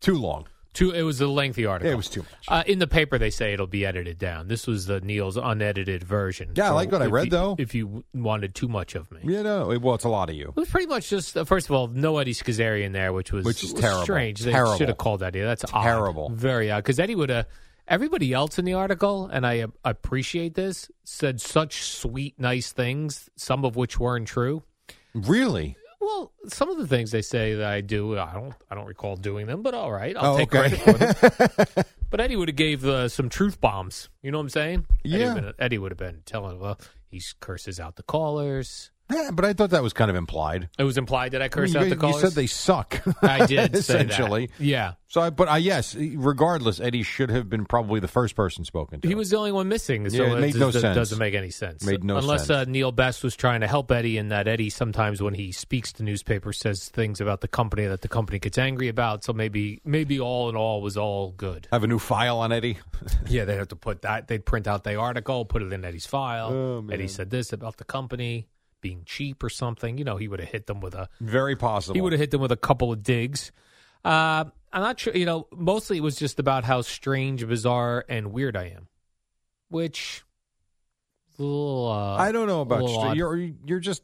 Speaker 1: too long.
Speaker 2: too, it was a lengthy article.
Speaker 1: It was too much.
Speaker 2: Uh, in the paper, they say it'll be edited down. This was the Neil's unedited version.
Speaker 1: Yeah, I like what I
Speaker 2: if
Speaker 1: read,
Speaker 2: you-
Speaker 1: though.
Speaker 2: If you wanted too much of me,
Speaker 1: you know, it- well, it's a lot of you.
Speaker 2: It was pretty much just uh, first of all, no Eddie Scazzarian there, which was
Speaker 1: Which is
Speaker 2: was
Speaker 1: terrible.
Speaker 2: Strange, they
Speaker 1: Terrible.
Speaker 2: should have called that. Eddie. That's odd.
Speaker 1: Terrible.
Speaker 2: very odd. Because Eddie would have. Everybody else in the article, and I uh, appreciate this, said such sweet, nice things, some of which weren't true.
Speaker 1: Really?
Speaker 2: Well, some of the things they say that I do, I don't, I don't recall doing them, but all right, I'll
Speaker 1: Oh,
Speaker 2: take
Speaker 1: okay.
Speaker 2: credit for them. but Eddie would have gave uh, some truth bombs. You know what I'm saying? Eddie
Speaker 1: Yeah.
Speaker 2: would've been- Eddie would have been telling, well, he curses out the callers.
Speaker 1: Yeah, but I thought that was kind of implied.
Speaker 2: It was implied that I
Speaker 1: I mean,
Speaker 2: cursed
Speaker 1: you,
Speaker 2: out the
Speaker 1: you
Speaker 2: callers.
Speaker 1: said they suck.
Speaker 2: I did say that.
Speaker 1: essentially.
Speaker 2: Yeah,
Speaker 1: So, I, but I yes, e, regardless, Eddie should have been probably the first person spoken to.
Speaker 2: he was the only one missing. So
Speaker 1: Yeah, it made no
Speaker 2: does-
Speaker 1: sense.
Speaker 2: Doesn't make any sense.
Speaker 1: Made no
Speaker 2: Unless
Speaker 1: sense.
Speaker 2: Uh, Neil Best was trying to help Eddie, in that Eddie sometimes when he speaks to newspapers says things about the company that the company gets angry about. So maybe maybe all in all was all good.
Speaker 1: have a new file on Eddie.
Speaker 2: yeah, they'd have to put that. They'd print out the article, put it in Eddie's file.
Speaker 1: Oh,
Speaker 2: Eddie said this about the company being cheap or something. You know, he would have hit them with a
Speaker 1: Very possible.
Speaker 2: he would have hit them with a couple of digs. Uh, I'm not sure. You know, mostly it was just about how strange, bizarre, and weird I am, which a little, uh,
Speaker 1: I don't know about
Speaker 2: a little
Speaker 1: you.
Speaker 2: odd.
Speaker 1: You're you're just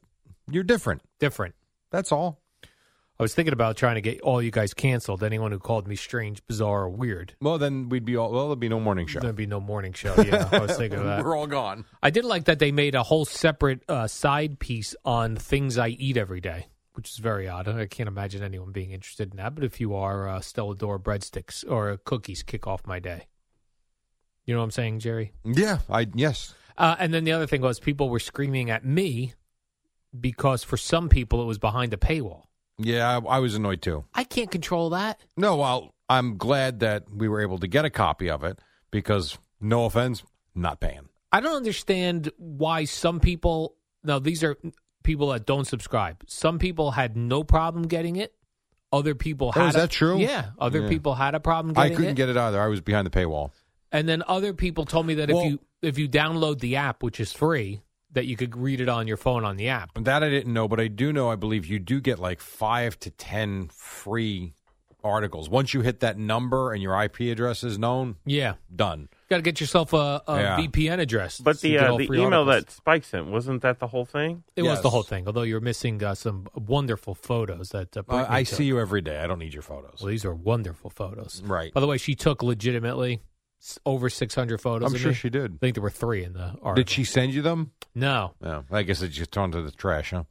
Speaker 1: you're different.
Speaker 2: different.
Speaker 1: That's all.
Speaker 2: I was thinking about trying to get all you guys canceled. Anyone who called me strange, bizarre, or weird,
Speaker 1: Well, then we'd be all. Well, there'd be no morning show.
Speaker 2: there'd be no morning show. Yeah, I was thinking of that.
Speaker 1: We're all gone.
Speaker 2: I did like that they made a whole separate uh, side piece on things I eat every day, which is very odd. I can't imagine anyone being interested in that. But if you are, uh, Stella Dora breadsticks or cookies kick off my day. You know what I'm saying, Jerry?
Speaker 1: Yeah. I yes.
Speaker 2: Uh, and then the other thing was people were screaming at me because for some people it was behind a paywall.
Speaker 1: Yeah. I, I was annoyed too.
Speaker 2: I can't control that.
Speaker 1: No. Well, I'm glad that we were able to get a copy of it because no offense, not paying.
Speaker 2: I don't understand why some people. Now these are people that don't subscribe. Some people had no problem getting it. Other people
Speaker 1: Oh,
Speaker 2: had.
Speaker 1: is
Speaker 2: a-
Speaker 1: that true?
Speaker 2: Yeah, other
Speaker 1: Yeah.
Speaker 2: people had a problem getting
Speaker 1: I couldn't get it either. I was behind the paywall.
Speaker 2: And then other people told me that
Speaker 1: Well-
Speaker 2: if you if you download the app, which is free, that you could read it on your phone on the app.
Speaker 1: That I didn't know, but I do know. I believe you do get like five to ten free articles once you hit that number and your IP address is known.
Speaker 2: Yeah,
Speaker 1: Done.
Speaker 2: got to get yourself a, a
Speaker 1: Yeah.
Speaker 2: VPN address.
Speaker 6: But
Speaker 2: to
Speaker 6: the
Speaker 2: get
Speaker 6: uh,
Speaker 2: all
Speaker 6: the
Speaker 2: free
Speaker 6: email
Speaker 2: articles.
Speaker 6: that Spike sent wasn't that the whole thing?
Speaker 2: it was the
Speaker 1: Yes.
Speaker 2: whole thing. Although you're missing uh, some wonderful photos that uh,
Speaker 1: Uh,
Speaker 2: Brittany
Speaker 1: I
Speaker 2: took.
Speaker 1: see you every day. I don't need your photos.
Speaker 2: Well, these are wonderful photos.
Speaker 1: Right.
Speaker 2: By the way, she took legitimately s- over 600 photos.
Speaker 1: I'm
Speaker 2: of
Speaker 1: sure
Speaker 2: me.
Speaker 1: she
Speaker 2: I
Speaker 1: did.
Speaker 2: think there were three in the article.
Speaker 1: Did she send you them?
Speaker 2: No.
Speaker 1: No. I guess it just turned to the trash, huh?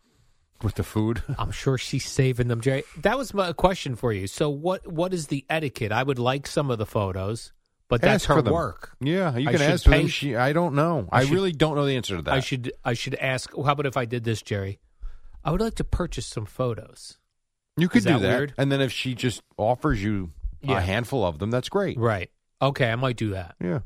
Speaker 1: With the food.
Speaker 2: I'm sure she's saving them, Jerry. That was my question for you. So, what what is the etiquette? I would like some of the photos, but that's
Speaker 1: Ask for
Speaker 2: her
Speaker 1: them.
Speaker 2: work.
Speaker 1: Yeah, you
Speaker 2: I
Speaker 1: can
Speaker 2: should
Speaker 1: ask for
Speaker 2: pay-
Speaker 1: them. She, I don't know. I,
Speaker 2: I should-
Speaker 1: really don't know the answer to that.
Speaker 2: I should I should ask. How about if I did this, Jerry? I would like to purchase some photos.
Speaker 1: you could
Speaker 2: Is
Speaker 1: do
Speaker 2: that
Speaker 1: that,
Speaker 2: weird?
Speaker 1: and then if she just offers you
Speaker 2: Yeah.
Speaker 1: a handful of them, that's great.
Speaker 2: Right. Okay, I might do that.
Speaker 1: Yeah.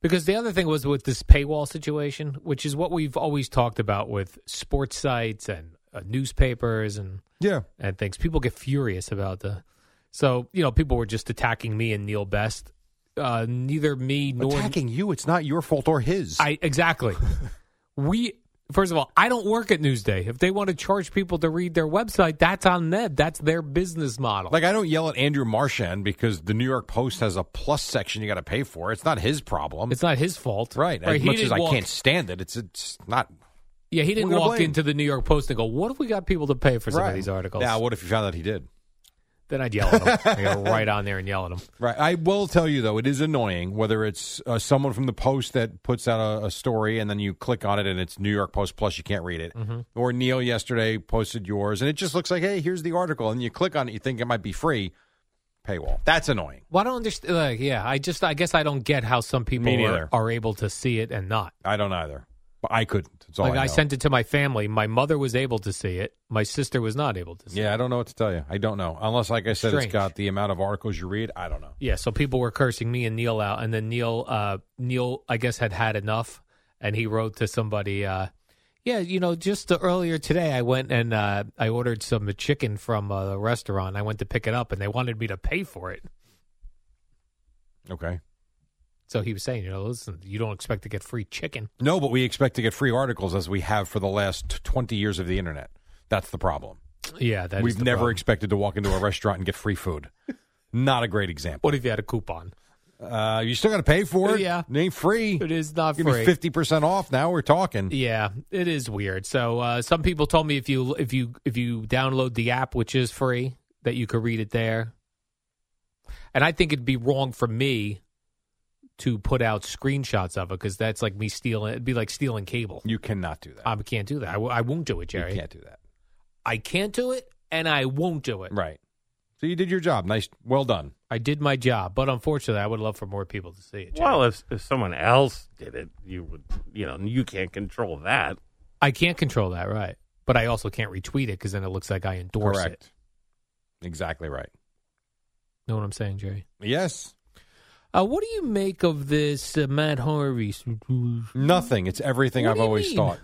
Speaker 2: Because the other thing was with this paywall situation, which is what we've always talked about with sports sites and uh, newspapers and
Speaker 1: Yeah.
Speaker 2: and things. People get furious about the. So you know, people were just attacking me and Neil Best. Uh, neither me nor
Speaker 1: Attacking you, it's not your fault or his.
Speaker 2: I exactly. we first of all, I don't work at Newsday. If they want to charge people to read their website, that's on them. That's their business model.
Speaker 1: like I don't yell at Andrew Marchand because the New York Post has a plus section you got to pay for. It's not his problem.
Speaker 2: it's not his fault,
Speaker 1: right. As
Speaker 2: he
Speaker 1: much
Speaker 2: didn't
Speaker 1: as I
Speaker 2: walk-
Speaker 1: can't stand it, it's it's not
Speaker 2: Yeah, he didn't
Speaker 1: We're gonna
Speaker 2: walk
Speaker 1: blame.
Speaker 2: into the New York Post and go, "What if we got people to pay for some of these articles?"
Speaker 1: Now, what if you found out he did?
Speaker 2: then I'd yell at him. I go right on there and yell at him.
Speaker 1: Right. I will tell you though, it is annoying whether it's uh, someone from the Post that puts out a, a story and then you click on it and it's New York Post Plus, you can't read it,
Speaker 2: Mm-hmm.
Speaker 1: or Neil yesterday posted yours and it just looks like, hey, here's the article, and you click on it, you think it might be free, paywall. That's annoying.
Speaker 2: Well, I don't understand. Like, yeah, I just, I guess I don't get how some people
Speaker 1: Me
Speaker 2: are,
Speaker 1: neither.
Speaker 2: are able to see it and not.
Speaker 1: I don't either. But But I couldn't. That's all
Speaker 2: like
Speaker 1: I,
Speaker 2: I,
Speaker 1: know.
Speaker 2: sent it to my family. My mother was able to see it. My sister was not able to see it.
Speaker 1: Yeah, I don't know what to tell you. I don't know. Unless, like I said,
Speaker 2: Strange.
Speaker 1: it's got the amount of articles you read. I don't know.
Speaker 2: Yeah, so people were cursing me and Neil out, and then Neil, uh, Neil, I guess had had enough, and he wrote to somebody. Uh, yeah, you know, just the, earlier today, I went and uh, I ordered some chicken from a restaurant. I went to pick it up, and they wanted me to pay for it.
Speaker 1: Okay.
Speaker 2: So he was saying, you know, listen, you don't expect to get free chicken.
Speaker 1: No, but we expect to get free articles as we have for the last 20 years of the internet. That's the problem.
Speaker 2: Yeah, that is
Speaker 1: We've
Speaker 2: the
Speaker 1: never
Speaker 2: problem.
Speaker 1: expected to walk into a restaurant and get free food. Not a great example.
Speaker 2: what if you had a coupon?
Speaker 1: Uh, you still got to pay for it.
Speaker 2: Yeah.
Speaker 1: It ain't free.
Speaker 2: It is not
Speaker 1: Give
Speaker 2: free.
Speaker 1: me 50% off. Now we're talking.
Speaker 2: Yeah, it is weird. So uh, some people told me if you if you if you download the app, which is free, that you could read it there. And I think it'd be wrong for me to put out screenshots of it because that's like me stealing. It'd be like stealing cable.
Speaker 1: You cannot do that.
Speaker 2: I can't do that. I, w- I won't do it, Jerry.
Speaker 1: You can't do that.
Speaker 2: I can't do it, and I won't do it.
Speaker 1: Right. So you did your job. Nice. Well done.
Speaker 2: I did my job, but unfortunately, I would love for more people to see it. Jerry.
Speaker 6: Well, if, if someone else did it, you would, you know, you can't control that.
Speaker 2: I can't control that, right? But I also can't retweet it because then it looks like I endorse
Speaker 1: Correct.
Speaker 2: it.
Speaker 1: Exactly right.
Speaker 2: Know what I'm saying, Jerry?
Speaker 1: Yes.
Speaker 2: Uh, what do you make of this uh, Matt Harvey? situation?
Speaker 1: Nothing. It's everything
Speaker 2: What
Speaker 1: I've
Speaker 2: do you
Speaker 1: always
Speaker 2: mean?
Speaker 1: thought.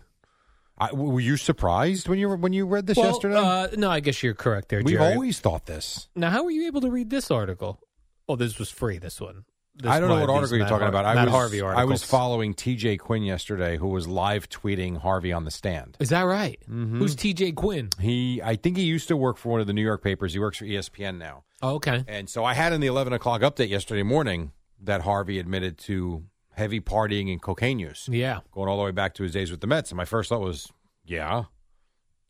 Speaker 1: I, w- were you surprised when you were- when you read this
Speaker 2: Well,
Speaker 1: yesterday?
Speaker 2: Uh, no, I guess you're correct there,
Speaker 1: We've
Speaker 2: Jerry.
Speaker 1: always thought this.
Speaker 2: now, how were you able to read this article? Oh, this was free. This one. This
Speaker 1: I don't know
Speaker 2: one of
Speaker 1: what
Speaker 2: these
Speaker 1: article you're
Speaker 2: Matt
Speaker 1: talking
Speaker 2: Har-
Speaker 1: about. I
Speaker 2: Matt
Speaker 1: was,
Speaker 2: Harvey article.
Speaker 1: I was following TJ Quinn yesterday, who was live tweeting Harvey on the stand.
Speaker 2: Is that right?
Speaker 1: Mm-hmm.
Speaker 2: Who's T.J. Quinn?
Speaker 1: He, I think he used to work for one of the New York papers. He works for E ESPN now.
Speaker 2: Oh, okay.
Speaker 1: And so I had in the 11 o'clock update yesterday morning that Harvey admitted to heavy partying and cocaine use,
Speaker 2: Yeah.
Speaker 1: going all the way back to his days with the Mets. And my first thought was, yeah.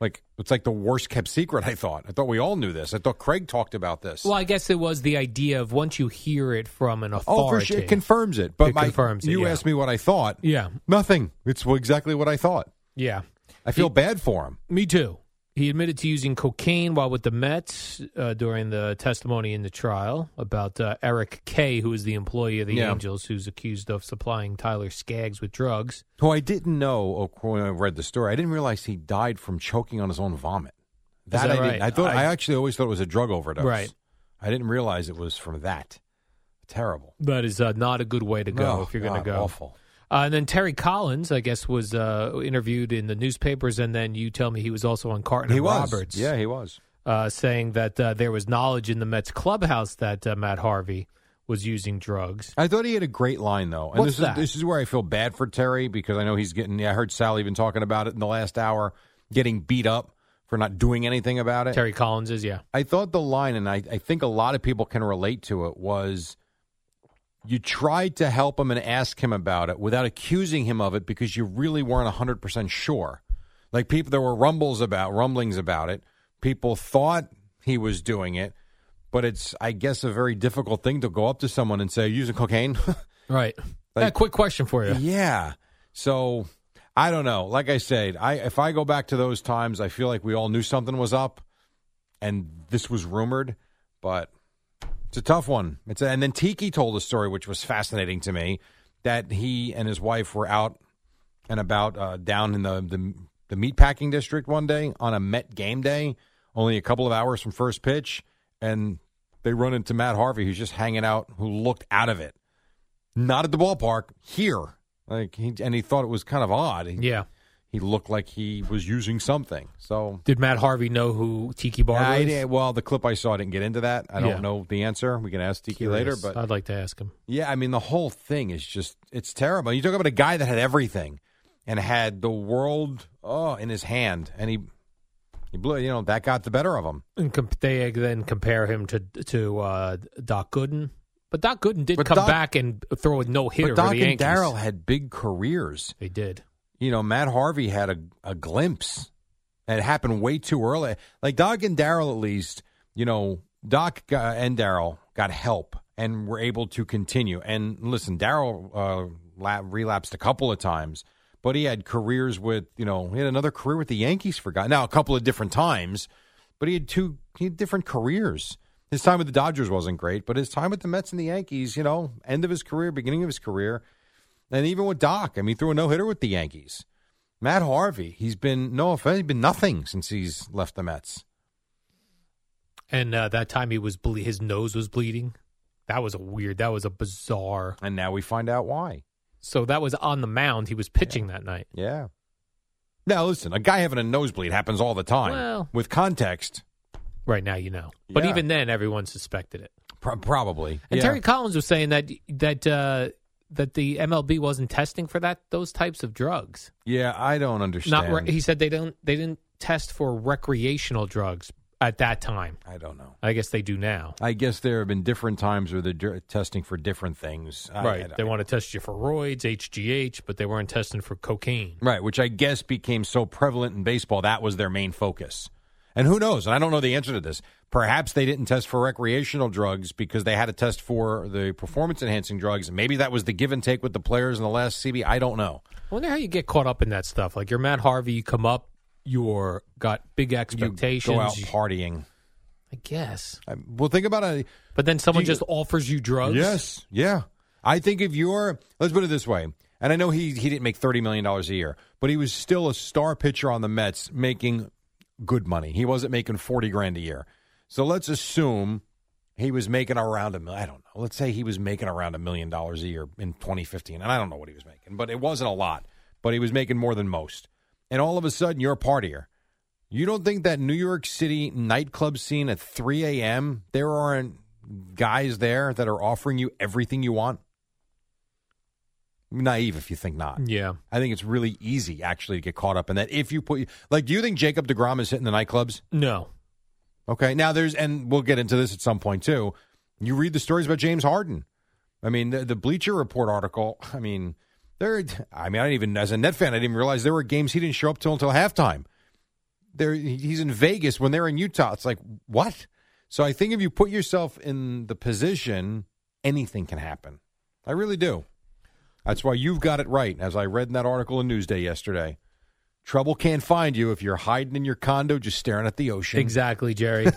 Speaker 1: Like, it's like the worst kept secret, I thought. I thought we all knew this. I thought Craig talked about this.
Speaker 2: Well, I guess it was the idea of once you hear it from an authority.
Speaker 1: oh, for sure. It confirms it. But
Speaker 2: It
Speaker 1: my,
Speaker 2: confirms it,
Speaker 1: you
Speaker 2: yeah.
Speaker 1: asked me what I thought.
Speaker 2: Yeah.
Speaker 1: Nothing. It's exactly what I thought.
Speaker 2: Yeah.
Speaker 1: I feel bad for him.
Speaker 2: Me too. He admitted to using cocaine while with the Mets uh, during the testimony in the trial about uh, Eric Kay, who is the employee of the
Speaker 1: Yeah.
Speaker 2: Angels, who's accused of supplying Tyler Skaggs with drugs.
Speaker 1: Who I didn't know oh, when I read the story, I didn't realize he died from choking on his own vomit. That,
Speaker 2: that
Speaker 1: I didn't.
Speaker 2: right?
Speaker 1: I thought I,
Speaker 2: I-
Speaker 1: actually always thought it was a drug overdose.
Speaker 2: Right.
Speaker 1: I didn't realize it was from that. Terrible.
Speaker 2: That is uh, not a good way to go
Speaker 1: Oh,
Speaker 2: if you're going to
Speaker 1: God,
Speaker 2: go.
Speaker 1: Awful.
Speaker 2: Uh, and then Terry Collins, I guess, was uh, interviewed in the newspapers, and then you tell me he was also on Carton
Speaker 1: He
Speaker 2: and
Speaker 1: was.
Speaker 2: Roberts,
Speaker 1: Yeah, he was.
Speaker 2: uh, saying that uh, there was knowledge in the Mets clubhouse that uh, Matt Harvey was using drugs.
Speaker 1: I thought he had a great line though, and
Speaker 2: What's
Speaker 1: this
Speaker 2: that?
Speaker 1: is this is where I feel bad for Terry because I know he's getting. I heard Sal even talking about it in the last hour, getting beat up for not doing anything about it.
Speaker 2: Terry Collins is, yeah.
Speaker 1: I thought the line, and I, I think a lot of people can relate to it, was you tried to help him and ask him about it without accusing him of it because you really weren't 100% sure. Like people, there were rumbles about, rumblings about it. People thought he was doing it, but it's, I guess, a very difficult thing to go up to someone and say, using cocaine?
Speaker 2: Right.
Speaker 1: Like-
Speaker 2: yeah, quick question for you.
Speaker 1: Yeah. So I don't know. Like I said, I if I go back to those times, I feel like we all knew something was up, and this was rumored, but it's a tough one. It's a, and then Tiki told a story which was fascinating to me that he and his wife were out and about uh, down in the the, the meatpacking district one day on a Met game day, only a couple of hours from first pitch, and they run into Matt Harvey who's just hanging out, who looked out of it not at the ballpark here like he, and he thought it was kind of odd he,
Speaker 2: Yeah.
Speaker 1: he looked like he was using something so
Speaker 2: Did Matt Harvey know who Tiki Bar
Speaker 1: I
Speaker 2: was?
Speaker 1: didn't- well the clip i saw I didn't get into that i don't
Speaker 2: Yeah.
Speaker 1: know the answer we can ask tiki later
Speaker 2: Curious.
Speaker 1: but
Speaker 2: I'd like to ask him.
Speaker 1: yeah i mean the whole thing is just it's terrible you talk about a guy that had everything and had the world oh in his hand and he he blew you know that got the better of him
Speaker 2: And com- they then compare him to to uh, Doc Gooden, but Doc Gooden did
Speaker 1: But
Speaker 2: come
Speaker 1: Doc-
Speaker 2: back and throw a no hitter
Speaker 1: but doc
Speaker 2: for the
Speaker 1: and
Speaker 2: Yankees.
Speaker 1: daryl had big careers
Speaker 2: they did.
Speaker 1: you know, Matt Harvey had a, a glimpse and it happened way too early. Like Doc and Daryl, at least, you know, Doc uh, and Daryl got help and were able to continue. And listen, Daryl uh, la- relapsed a couple of times, but he had careers with, you know, he had another career with the Yankees for God. Now, a couple of different times, but he had two he had different careers. His time with the Dodgers wasn't great, but his time with the Mets and the Yankees, you know, end of his career, beginning of his career, and even with Doc, I mean, he threw a no hitter with the Yankees. Matt Harvey, he's been no offense, he's been nothing since he's left the Mets.
Speaker 2: And uh, that time he was ble- his nose was bleeding. That was a weird. That was a bizarre.
Speaker 1: And now we find out why.
Speaker 2: So that was on the mound. He was pitching that night.
Speaker 1: Yeah. Now listen, a guy having a nosebleed happens all the time.
Speaker 2: Well-
Speaker 1: With context,
Speaker 2: Right now, you know. But
Speaker 1: Yeah.
Speaker 2: even then, everyone suspected it.
Speaker 1: pro- probably.
Speaker 2: And
Speaker 1: Yeah.
Speaker 2: Terry Collins was saying that that uh, that the MLB wasn't testing for that those types of drugs.
Speaker 1: yeah, I don't understand.
Speaker 2: Not re- he said they don't they didn't test for recreational drugs at that time.
Speaker 1: I don't know.
Speaker 2: I guess they do now.
Speaker 1: I guess there have been different times where they're dr- testing for different things. I- I-
Speaker 2: they want to test you for roids, HGH, but they weren't testing for cocaine.
Speaker 1: Right, which I guess became so prevalent in baseball that was their main focus. And who knows? And I don't know the answer to this. Perhaps they didn't test for recreational drugs because they had to test for the performance enhancing drugs. Maybe that was the give and take with the players in the last CB. I don't know.
Speaker 2: I wonder how you get caught up in that stuff. Like you're Matt Harvey, you come up, you're got big expectations.
Speaker 1: You go out partying.
Speaker 2: I guess,
Speaker 1: I- Well, think about it.
Speaker 2: but then someone
Speaker 1: you-
Speaker 2: just offers you drugs.
Speaker 1: Yes, yeah. I think if you're, let's put it this way, and I know he he didn't make thirty million dollars a year, but he was still a star pitcher on the Mets, making good money. He wasn't making forty grand a year. So let's assume he was making around a mil- I don't know. Let's say he was making around a million dollars a year in 2015, and I don't know what he was making, but it wasn't a lot. But he was making more than most. And all of a sudden, you're a partier. You don't think that New York City nightclub scene at 3 a.m. there aren't guys there that are offering you everything you want? Naive if you think not.
Speaker 2: Yeah.
Speaker 1: I think it's really easy actually to get caught up in that. If you put, like, do you think Jacob Degrom is hitting the nightclubs?
Speaker 2: No.
Speaker 1: Okay. Now there's, and we'll get into this at some point too. You read the stories about James Harden. I mean, the, the Bleacher Report article. I mean, there. I mean, I didn't even as a Net fan, I didn't even realize there were games he didn't show up till until halftime. There, he's in Vegas when they're in Utah. It's like what? So I think if you put yourself in the position, anything can happen. I really do. That's why you've got it right. As I read in that article in Newsday yesterday, trouble can't find you if you're hiding in your condo just staring at the ocean.
Speaker 2: Exactly, Jerry.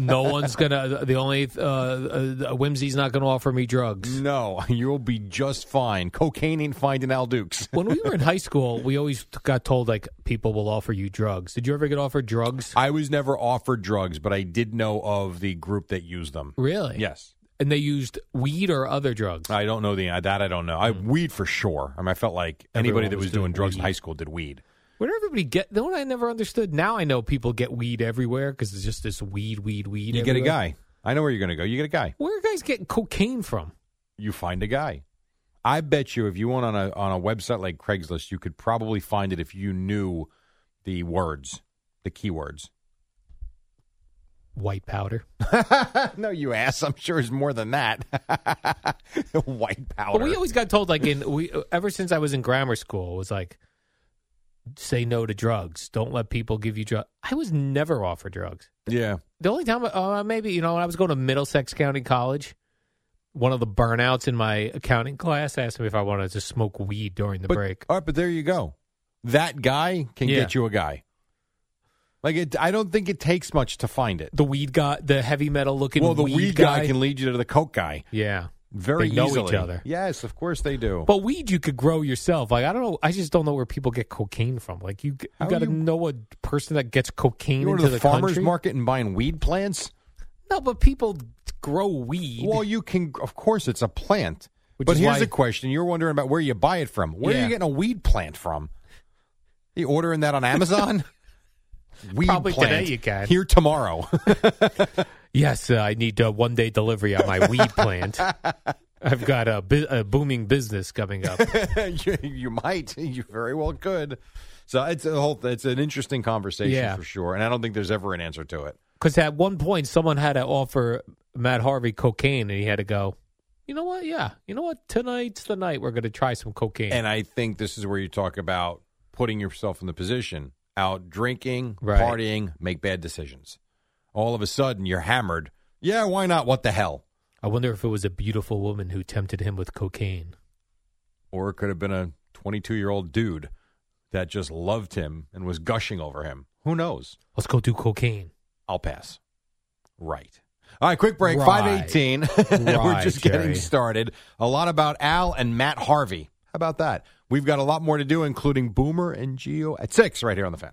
Speaker 2: no one's gonna. The only uh, uh, whimsy's not gonna offer me drugs.
Speaker 1: No, you'll be just fine. Cocaine ain't finding Al Dukes.
Speaker 2: when we were in high school, we always t- got told like people will offer you drugs. Did you ever get offered drugs?
Speaker 1: I was never offered drugs, but I did know of the group that used them.
Speaker 2: Really?
Speaker 1: Yes.
Speaker 2: And they used weed or other drugs.
Speaker 1: I don't know the uh, that I don't know. I weed for sure. I mean, I felt like anybody
Speaker 2: Everyone
Speaker 1: that Hmm. was,
Speaker 2: was
Speaker 1: doing,
Speaker 2: doing
Speaker 1: drugs in
Speaker 2: weed.
Speaker 1: high school did weed.
Speaker 2: Where did everybody get? The one I never understood. Now I know people get weed everywhere because it's just this weed, weed, weed.
Speaker 1: You get a
Speaker 2: everywhere.
Speaker 1: guy. I know where you're going to go. You get a guy.
Speaker 2: Where are guys getting cocaine from?
Speaker 1: You find a guy. I bet you if you went on a on a website like Craigslist, you could probably find it if you knew the words, the keywords.
Speaker 2: White powder.
Speaker 1: no, you ass. I'm sure it's more than that. White powder.
Speaker 2: But we always got told like in we ever since I was in grammar school it was like say no to drugs. Don't let people give you drugs. I was never offered drugs.
Speaker 1: yeah.
Speaker 2: The only time, uh, maybe you know, when I was going to Middlesex County College, one of the burnouts in my accounting class asked me if I wanted to smoke weed during the
Speaker 1: but,
Speaker 2: break.
Speaker 1: All right, but there you go. That guy can
Speaker 2: Yeah.
Speaker 1: get you a guy. Like it, I don't think it takes much to find it.
Speaker 2: The weed guy, the heavy metal looking.
Speaker 1: well, the
Speaker 2: weed,
Speaker 1: guy, can lead you to the coke guy
Speaker 2: Yeah,
Speaker 1: very
Speaker 2: They know each
Speaker 1: easily.
Speaker 2: other.
Speaker 1: Yes, of course they do.
Speaker 2: but weed you could grow yourself. Like I don't know, I just don't know where people get cocaine from. Like you,
Speaker 1: How
Speaker 2: you got to
Speaker 1: you-
Speaker 2: know a person that gets cocaine
Speaker 1: you go
Speaker 2: into
Speaker 1: to the, farmers
Speaker 2: country.
Speaker 1: market and buying weed plants.
Speaker 2: No, but people grow weed.
Speaker 1: Well, you can. Of course, it's a plant.
Speaker 2: Which
Speaker 1: but
Speaker 2: is
Speaker 1: here's
Speaker 2: why-
Speaker 1: the question: You're wondering about where you buy it from. Where are you
Speaker 2: Yeah.
Speaker 1: getting a weed plant from? You ordering that on Amazon? weed
Speaker 2: Probably today
Speaker 1: plant
Speaker 2: you can.
Speaker 1: here tomorrow.
Speaker 2: Yes, uh, I need uh, one day delivery on my weed plant. I've got a, bu- a booming business coming up.
Speaker 1: you, you might. You very well could. So it's a whole. It's an interesting conversation
Speaker 2: Yeah.
Speaker 1: for sure, and I don't think there's ever an answer to it.
Speaker 2: Because at one point, someone had to offer Matt Harvey cocaine, and he had to go, you know what? Yeah. You know what? Tonight's the night we're going to try some cocaine.
Speaker 1: And I think this is where you talk about putting yourself in the position out drinking,
Speaker 2: Right.
Speaker 1: partying, make bad decisions. All of a sudden, you're hammered. Yeah, why not? What the hell?
Speaker 2: I wonder if it was a beautiful woman who tempted him with cocaine.
Speaker 1: Or it could have been a 22 year old dude that just loved him and was gushing over him. Who knows?
Speaker 2: Let's go do cocaine.
Speaker 1: I'll pass. Right. All right, quick break.
Speaker 2: Right.
Speaker 1: Five eighteen. We're
Speaker 2: Right,
Speaker 1: just getting
Speaker 2: Jerry.
Speaker 1: started. A lot about Al and Matt Harvey. How about that? We've got a lot more to do, including Boomer and Geo at six, right here on the fan.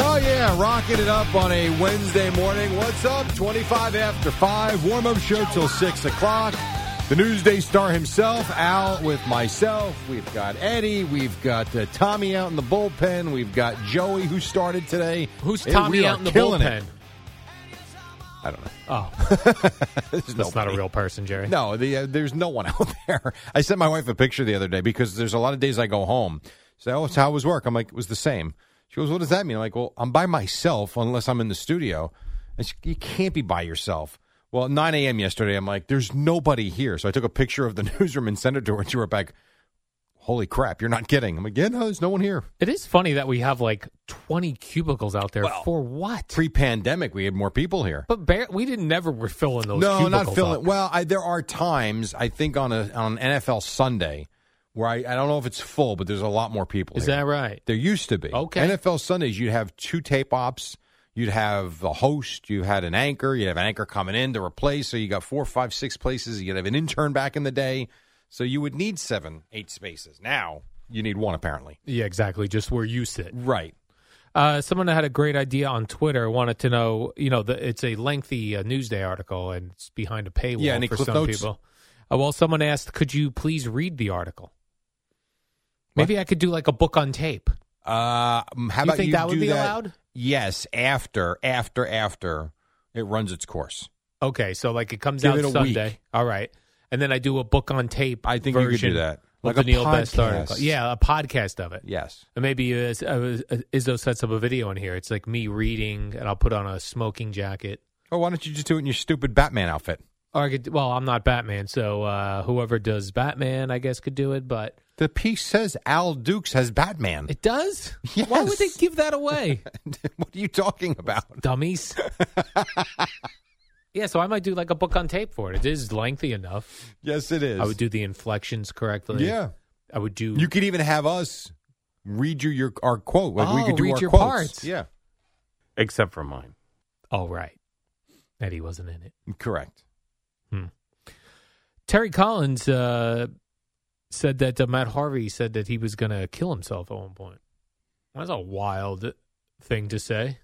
Speaker 1: Oh, yeah, rocking it up on a Wednesday morning. What's up? 25 after 5, warm up show till 6 o'clock. The Newsday star himself, Al, with myself. We've got Eddie. We've got uh, Tommy out in the bullpen. We've got Joey, who started today.
Speaker 2: Who's
Speaker 1: Hey,
Speaker 2: Tommy
Speaker 1: we are
Speaker 2: out in the
Speaker 1: killing
Speaker 2: bullpen?
Speaker 1: It. I don't know.
Speaker 2: Oh,
Speaker 1: There's
Speaker 2: that's not a real person, Jerry.
Speaker 1: No, the, uh, there's no one out there. I sent my wife a picture the other day because there's a lot of days I go home. So, oh, so how was work? I'm like, it was the same. She goes, what does that mean? I'm like, well, I'm by myself unless I'm in the studio. And she, you can't be by yourself. Well, at 9 a.m. yesterday, I'm like, there's nobody here. So I took a picture of the newsroom and sent it to her, and she wrote back, holy crap, you're not kidding. I'm like, yeah, no, there's no one here.
Speaker 2: It is funny that we have like 20 cubicles out there
Speaker 1: Well,
Speaker 2: for what?
Speaker 1: Pre-pandemic, we had more people here.
Speaker 2: but bar- we didn't never were filling those
Speaker 1: no,
Speaker 2: cubicles.
Speaker 1: not filling.
Speaker 2: up.
Speaker 1: Well, I, there are times I think on a on an NFL Sunday where I, I don't know if it's full, but there's a lot more people.
Speaker 2: Is
Speaker 1: here.
Speaker 2: that right?
Speaker 1: There used to be.
Speaker 2: Okay.
Speaker 1: NFL Sundays, you'd have two tape ops. You'd have a host. You had an anchor. You'd have an anchor coming in to replace. So you got four, five, six places. You'd have an intern back in the day. So you would need seven, eight spaces. Now you need one, apparently.
Speaker 2: Yeah, exactly. Just where you sit.
Speaker 1: Right.
Speaker 2: Uh, someone had a great idea on Twitter. Wanted to know, you know, the, it's a lengthy uh, Newsday article and it's behind a paywall
Speaker 1: Yeah, any
Speaker 2: for
Speaker 1: Cliff
Speaker 2: some
Speaker 1: Notes?
Speaker 2: people. Uh, well, someone asked, could you please read the article? Maybe I could do like a book on tape.
Speaker 1: Uh, um, how
Speaker 2: You
Speaker 1: about
Speaker 2: think
Speaker 1: you
Speaker 2: that would
Speaker 1: do
Speaker 2: be allowed?
Speaker 1: Yes, after, after, after it runs its course.
Speaker 2: Okay, so like it comes
Speaker 1: Give
Speaker 2: out
Speaker 1: it a
Speaker 2: Sunday.
Speaker 1: week.
Speaker 2: All right, and then I do a book on tape.
Speaker 1: I think you could
Speaker 2: version
Speaker 1: do that.
Speaker 2: of
Speaker 1: Like
Speaker 2: the
Speaker 1: a
Speaker 2: Neil Best article.
Speaker 1: podcast.
Speaker 2: Yeah, a podcast of it.
Speaker 1: Yes.
Speaker 2: And maybe uh, s- uh, uh, Izzo sets up a video in here. It's like me reading, and I'll put on a smoking jacket.
Speaker 1: Or why don't you just do it in your stupid Batman outfit?
Speaker 2: Or I could, well, I'm not Batman, so uh, whoever does Batman, I guess, could do it. But
Speaker 1: The piece says Al Dukes has Batman.
Speaker 2: it does. Why would they
Speaker 1: Yes.
Speaker 2: give that away,
Speaker 1: what are you talking about?
Speaker 2: dummies? yeah, so I might do like a book on tape for it. It is lengthy enough.
Speaker 1: Yes, it is.
Speaker 2: I would do the inflections correctly.
Speaker 1: Yeah.
Speaker 2: I would do.
Speaker 1: You could even have us read you your our quote. Like we
Speaker 2: Oh,
Speaker 1: could do
Speaker 2: read
Speaker 1: our
Speaker 2: your
Speaker 1: quotes.
Speaker 2: parts.
Speaker 1: Yeah.
Speaker 6: except for mine.
Speaker 2: Oh, right. Eddie wasn't in it.
Speaker 1: Correct.
Speaker 2: Terry Collins uh, said that uh, Matt Harvey said that he was going to kill himself at one point. That's a wild thing to say.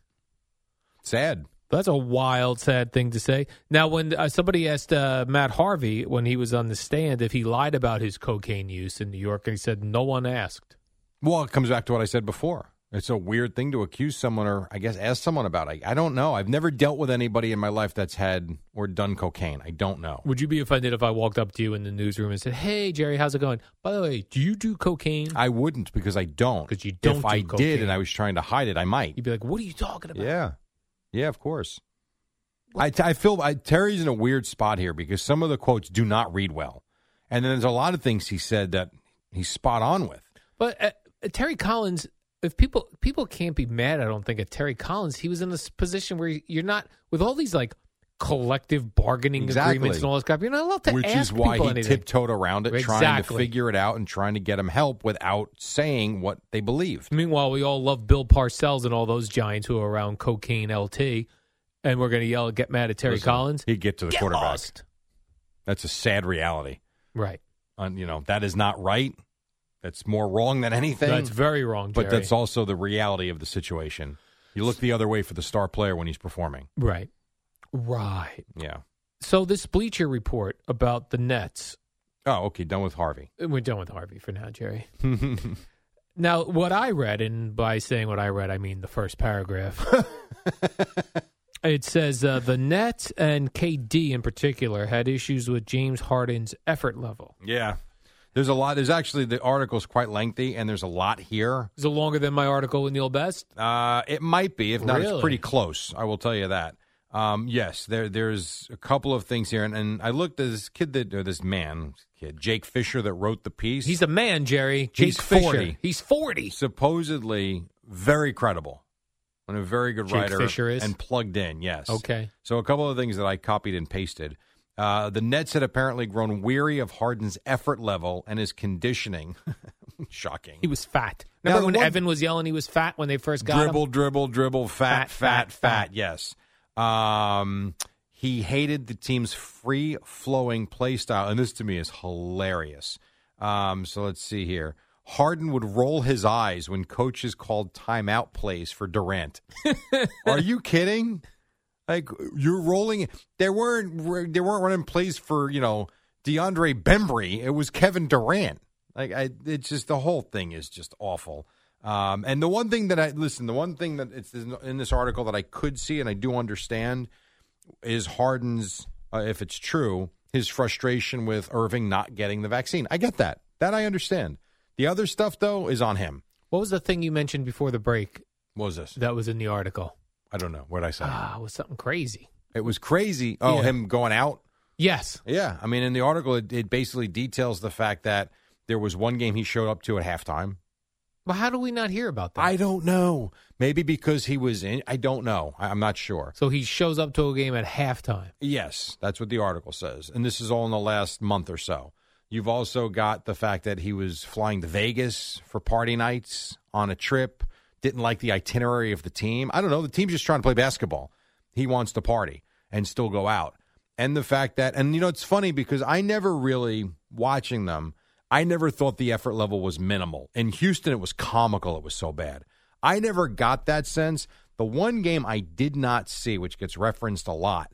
Speaker 1: Sad.
Speaker 2: That's a wild, sad thing to say. Now, when uh, somebody asked uh, Matt Harvey when he was on the stand if he lied about his cocaine use in New York, he said no one asked.
Speaker 1: Well, it comes back to what I said before. It's a weird thing to accuse someone or I guess ask someone about. I, I don't know. I've never dealt with anybody in my life that's had or done cocaine. I don't know.
Speaker 2: Would you be offended if I walked up to you in the newsroom and said, "Hey, Jerry, how's it going? By the way, do you do cocaine?"
Speaker 1: I wouldn't because I don't.
Speaker 2: 'Cause you don't
Speaker 1: If
Speaker 2: do
Speaker 1: I did
Speaker 2: cocaine.
Speaker 1: and I was trying to hide it, I might.
Speaker 2: You'd be like, "What are you talking about?"
Speaker 1: Yeah, yeah, of course. I, I feel I, Terry's in a weird spot here because some of the quotes do not read well, and then there's a lot of things he said that he's spot on with.
Speaker 2: But uh, uh, Terry Collins, if people people can't be mad, I don't think at Terry Collins. He was in this position where you're not with all these like collective bargaining
Speaker 1: Exactly.
Speaker 2: agreements and all this crap. You're not allowed to
Speaker 1: which is
Speaker 2: ask
Speaker 1: why
Speaker 2: people
Speaker 1: he
Speaker 2: anything.
Speaker 1: tiptoed around it, trying to
Speaker 2: Exactly.
Speaker 1: figure it out and trying to get him help without saying what they believed.
Speaker 2: Meanwhile, we all love Bill Parcells and all those giants who are around cocaine LT, and we're going to yell, get mad at Terry
Speaker 1: Listen,
Speaker 2: Collins.
Speaker 1: He'd get to the
Speaker 2: Get
Speaker 1: quarterback.
Speaker 2: lost.
Speaker 1: That's a sad reality.
Speaker 2: Right.
Speaker 1: On you know that is not right. That's more wrong than anything.
Speaker 2: That's very wrong,
Speaker 1: but
Speaker 2: Jerry.
Speaker 1: that's also the reality of the situation. You look the other way for the star player when he's performing.
Speaker 2: Right. Right.
Speaker 1: Yeah.
Speaker 2: So this Bleacher Report about the Nets.
Speaker 1: Oh, okay. Done with Harvey.
Speaker 2: and We're done with Harvey for now, Jerry. Now, what I read, and by saying what I read, I mean the first paragraph. it says uh, the Nets and KD in particular had issues with James Harden's effort level.
Speaker 1: yeah. There's a lot. There's actually the article's quite lengthy, and there's a lot here.
Speaker 2: Is it longer than my article in the old best?
Speaker 1: Uh, it might be. If not,
Speaker 2: Really?
Speaker 1: it's pretty close. I will tell you that. Um, yes, there there's a couple of things here, and, and I looked at this kid that or this man, kid Jake Fisher, that wrote the piece.
Speaker 2: He's a man, Jerry. Jake
Speaker 1: He's
Speaker 2: Fisher.
Speaker 1: 40.
Speaker 2: He's 40.
Speaker 1: supposedly very credible and a very good
Speaker 2: Jake
Speaker 1: writer.
Speaker 2: Fisher is?
Speaker 1: and plugged in. Yes.
Speaker 2: Okay.
Speaker 1: So a couple of things that I copied and pasted. Uh, the Nets had apparently grown weary of Harden's effort level and his conditioning. Shocking.
Speaker 2: He was fat.
Speaker 1: Now,
Speaker 2: Remember
Speaker 1: the
Speaker 2: when
Speaker 1: one-
Speaker 2: Evan was yelling he was fat when they first got
Speaker 1: dribble,
Speaker 2: him?
Speaker 1: dribble, dribble,
Speaker 2: Fat,
Speaker 1: fat, fat, fat,
Speaker 2: fat,
Speaker 1: Yes. Um, he hated the team's free flowing play style, and this to me is hilarious. Um, so let's see here. Harden would roll his eyes when coaches called timeout plays for Durant. Are you kidding? Like you're rolling. They weren't. They weren't running plays for you know DeAndre Bembry. It was Kevin Durant. Like I, it's just the whole thing is just awful. Um, and the one thing that I listen, the one thing that it's in in this article that I could see and I do understand is Harden's, uh, if it's true, his frustration with Irving not getting the vaccine. I get that. That I understand. The other stuff though is on him.
Speaker 2: What was the thing you mentioned before the break
Speaker 1: What was this?
Speaker 2: that was in the article?
Speaker 1: I don't know. What did I say?
Speaker 2: Ah, it was something crazy.
Speaker 1: It was crazy. Oh,
Speaker 2: Yeah.
Speaker 1: him going out.
Speaker 2: Yes.
Speaker 1: Yeah, I mean, in the article, it, it basically details the fact that there was one game he showed up to at halftime.
Speaker 2: But how do we not hear about that?
Speaker 1: I don't know. Maybe because he was in. I don't know. I, I'm not sure.
Speaker 2: so he shows up to a game at halftime.
Speaker 1: Yes, that's what the article says, and this is all in the last month or so. You've also got the fact that he was flying to Vegas for party nights on a trip. Didn't like the itinerary of the team. I don't know. The team's just trying to play basketball. He wants to party and still go out. And the fact that, and you know, it's funny because I never really, watching them, I never thought the effort level was minimal. In Houston, it was comical. It was so bad. I never got that sense. The one game I did not see, which gets referenced a lot,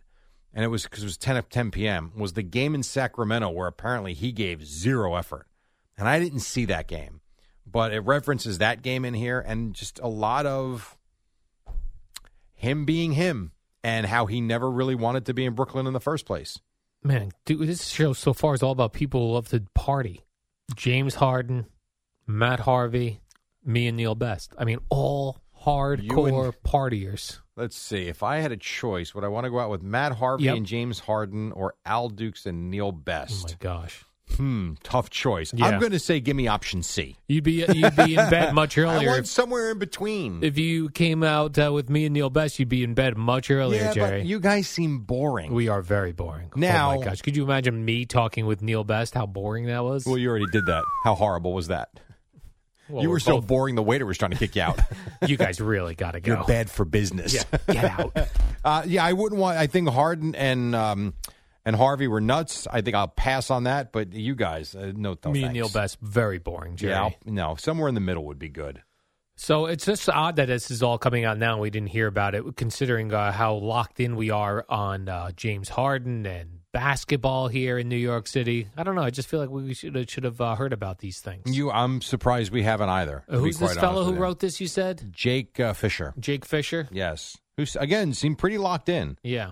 Speaker 1: and it was because it was 10 of 10 p.m. was the game in Sacramento where apparently he gave zero effort, and I didn't see that game, but it references that game in here and just a lot of him being him and how he never really wanted to be in Brooklyn in the first place.
Speaker 2: Man, dude, this show so far is all about people who love to party. James Harden, Matt Harvey, me and Neil Best. I mean, all hardcore partiers.
Speaker 1: Let's see. If I had a choice, would I want to go out with Matt Harvey
Speaker 2: Yep.
Speaker 1: and James Harden or Al Dukes and Neil
Speaker 2: Oh my
Speaker 1: Best?
Speaker 2: gosh,
Speaker 1: hmm, tough choice.
Speaker 2: Yeah.
Speaker 1: I'm going to say give me option C.
Speaker 2: you'd be you'd be in bed much
Speaker 1: I
Speaker 2: earlier.
Speaker 1: want
Speaker 2: If,
Speaker 1: somewhere in between.
Speaker 2: if you came out uh, with me and Neil Best, you'd be in bed much earlier,
Speaker 1: yeah,
Speaker 2: Jerry.
Speaker 1: but you guys seem boring.
Speaker 2: we are very boring. oh
Speaker 1: Now-
Speaker 2: my gosh, could you imagine me talking with Neil Best? How boring that was.
Speaker 1: Well, you already did that. How horrible was that?
Speaker 2: Well,
Speaker 1: you were,
Speaker 2: we're
Speaker 1: so
Speaker 2: both-
Speaker 1: boring. The waiter was trying to kick you out.
Speaker 2: You guys really got to go.
Speaker 1: You're bad for business.
Speaker 2: Yeah, get out.
Speaker 1: Uh, yeah, I wouldn't want. I think Harden and um, and Harvey were nuts. I think I'll pass on that. But you guys, uh, no, no
Speaker 2: me
Speaker 1: thanks.
Speaker 2: and Neil Best, very boring, Jerry.
Speaker 1: Yeah, I'll- no, somewhere in the middle would be good.
Speaker 2: So it's just odd that this is all coming out now. and We didn't hear about it, considering uh, how locked in we are on uh, James Harden and basketball here in New York City. I don't know. I just feel like we should should have uh, heard about these things.
Speaker 1: You, I'm surprised we haven't either.
Speaker 2: Uh,
Speaker 1: to be
Speaker 2: who's this
Speaker 1: quite
Speaker 2: fellow
Speaker 1: honest
Speaker 2: who
Speaker 1: with you.
Speaker 2: wrote this? You said
Speaker 1: Jake uh, Fisher?
Speaker 2: Jake Fisher.
Speaker 1: Yes, who again seemed pretty locked in.
Speaker 2: Yeah,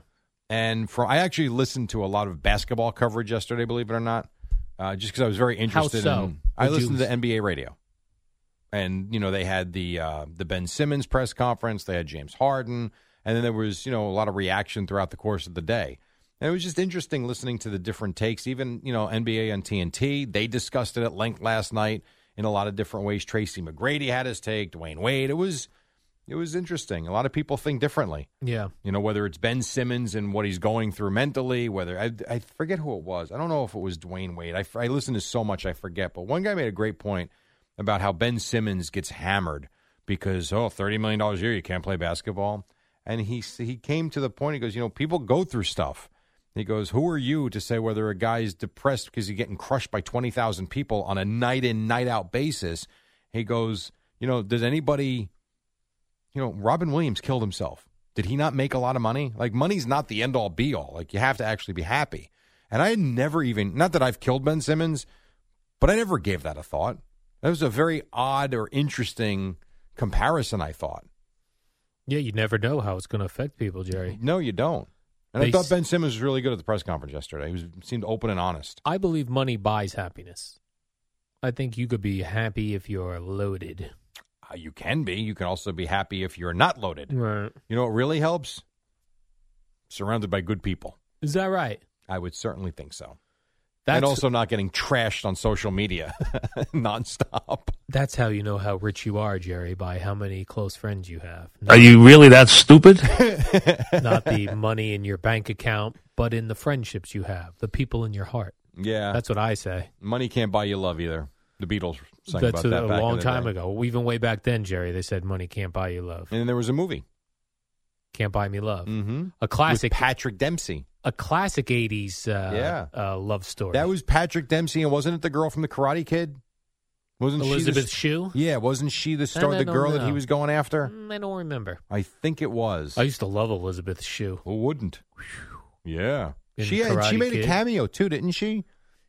Speaker 1: And from I actually listened to a lot of basketball coverage yesterday, believe it or not, uh, just because I was very interested.
Speaker 2: so?
Speaker 1: In, I
Speaker 2: Would you-
Speaker 1: listened to NBA radio, and you know they had the uh, the Ben Simmons press conference, they had James Harden, and then there was you know a lot of reaction throughout the course of the day. And it was just interesting listening to the different takes. Even you know NBA on TNT, they discussed it at length last night in a lot of different ways. Tracy McGrady had his take, Dwayne Wade. It was it was interesting. A lot of people think differently.
Speaker 2: yeah.
Speaker 1: You know, whether it's Ben Simmons and what he's going through mentally, whether I, I forget who it was. I don't know if it was Dwayne Wade. I, I listen to so much, I forget. But one guy made a great point about how Ben Simmons gets hammered because, oh, $30 million a year, you can't play basketball. And he, s- he came to the point, he goes, you know, people go through stuff. He goes, who are you to say whether a guy's depressed because he's getting crushed by 20,000 people on a night in, night out basis? He goes, you know, does anybody you know, Robin Williams killed himself. Did he not make a lot of money? Like, money's not the end all be all. Like, you have to actually be happy. And I had never even, not that I've killed Ben Simmons, but I never gave that a thought. That was a very odd or interesting comparison, I thought.
Speaker 2: Yeah, you never know how it's going to affect people, Jerry.
Speaker 1: No, you don't. And
Speaker 2: They
Speaker 1: I thought
Speaker 2: s-
Speaker 1: Ben Simmons was really good at the press conference yesterday. He was, seemed open and honest.
Speaker 2: I believe money buys happiness. I think you could be happy if you're loaded.
Speaker 1: Uh, you can be. You can also be happy if you're not loaded.
Speaker 2: Right.
Speaker 1: You know what really helps? Surrounded by good people.
Speaker 2: Is that right?
Speaker 1: I would certainly think so. and also not getting trashed on social media nonstop.
Speaker 2: that's how you know how rich you are, Jerry, by how many close friends you have.
Speaker 6: Are you really that stupid?
Speaker 2: not the money in your bank account, but in the friendships you have, the people in your heart.
Speaker 1: Yeah.
Speaker 2: That's what I say.
Speaker 1: Money can't buy you love either. The Beatles sang
Speaker 2: That's
Speaker 1: about that
Speaker 2: a,
Speaker 1: back in
Speaker 2: long
Speaker 1: the
Speaker 2: time
Speaker 1: day. Mm.
Speaker 2: ago. Even way back then, Jerry, they said money can't buy you love.
Speaker 1: And there was a movie.
Speaker 2: Can't buy me love.
Speaker 1: Mm-hmm.
Speaker 2: A classic
Speaker 1: With Patrick Dempsey.
Speaker 2: a classic 80s uh,
Speaker 1: Yeah.
Speaker 2: uh, love story.
Speaker 1: That was Patrick Dempsey, and wasn't it the girl from the Karate Kid? Wasn't
Speaker 2: Elizabeth
Speaker 1: She
Speaker 2: Shue?
Speaker 1: the, yeah, wasn't she the star,
Speaker 2: I
Speaker 1: the
Speaker 2: don't
Speaker 1: girl that he
Speaker 2: know.
Speaker 1: was going after?
Speaker 2: Mm, I don't remember.
Speaker 1: I think it was.
Speaker 2: I used to love Elizabeth Shue.
Speaker 1: Who wouldn't? Yeah,
Speaker 2: In
Speaker 1: she had, she
Speaker 2: Karate
Speaker 1: made a
Speaker 2: Kid.
Speaker 1: cameo too, didn't she?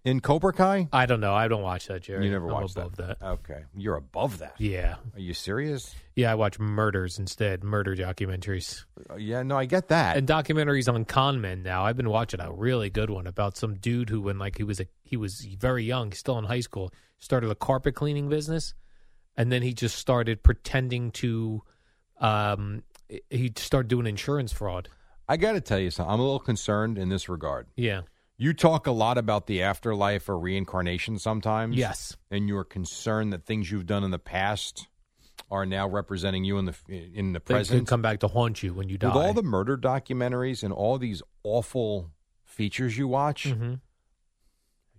Speaker 1: In Cobra Kai.
Speaker 2: I don't know. I don't watch that, Jerry.
Speaker 1: You never
Speaker 2: I'm
Speaker 1: watched
Speaker 2: above that.
Speaker 1: Okay, you're above that.
Speaker 2: Yeah.
Speaker 1: Are you serious?
Speaker 2: Yeah, I watch murders instead, murder documentaries.
Speaker 1: Uh, Yeah, no, I get that.
Speaker 2: and documentaries on con men now. I've been watching a really good one about some dude who, when like he was a he was very young, still in high school, started a carpet cleaning business, and then he just started pretending to, um, he started doing insurance fraud.
Speaker 1: I got to tell you something. I'm a little concerned in this regard.
Speaker 2: Yeah.
Speaker 1: You talk a lot about the afterlife or reincarnation sometimes.
Speaker 2: Yes.
Speaker 1: and you're concerned that things you've done in the past are now representing you in the in the
Speaker 2: They could
Speaker 1: present.
Speaker 2: come back to haunt you when you die.
Speaker 1: With all the murder documentaries and all these awful features you watch,
Speaker 2: Mhm.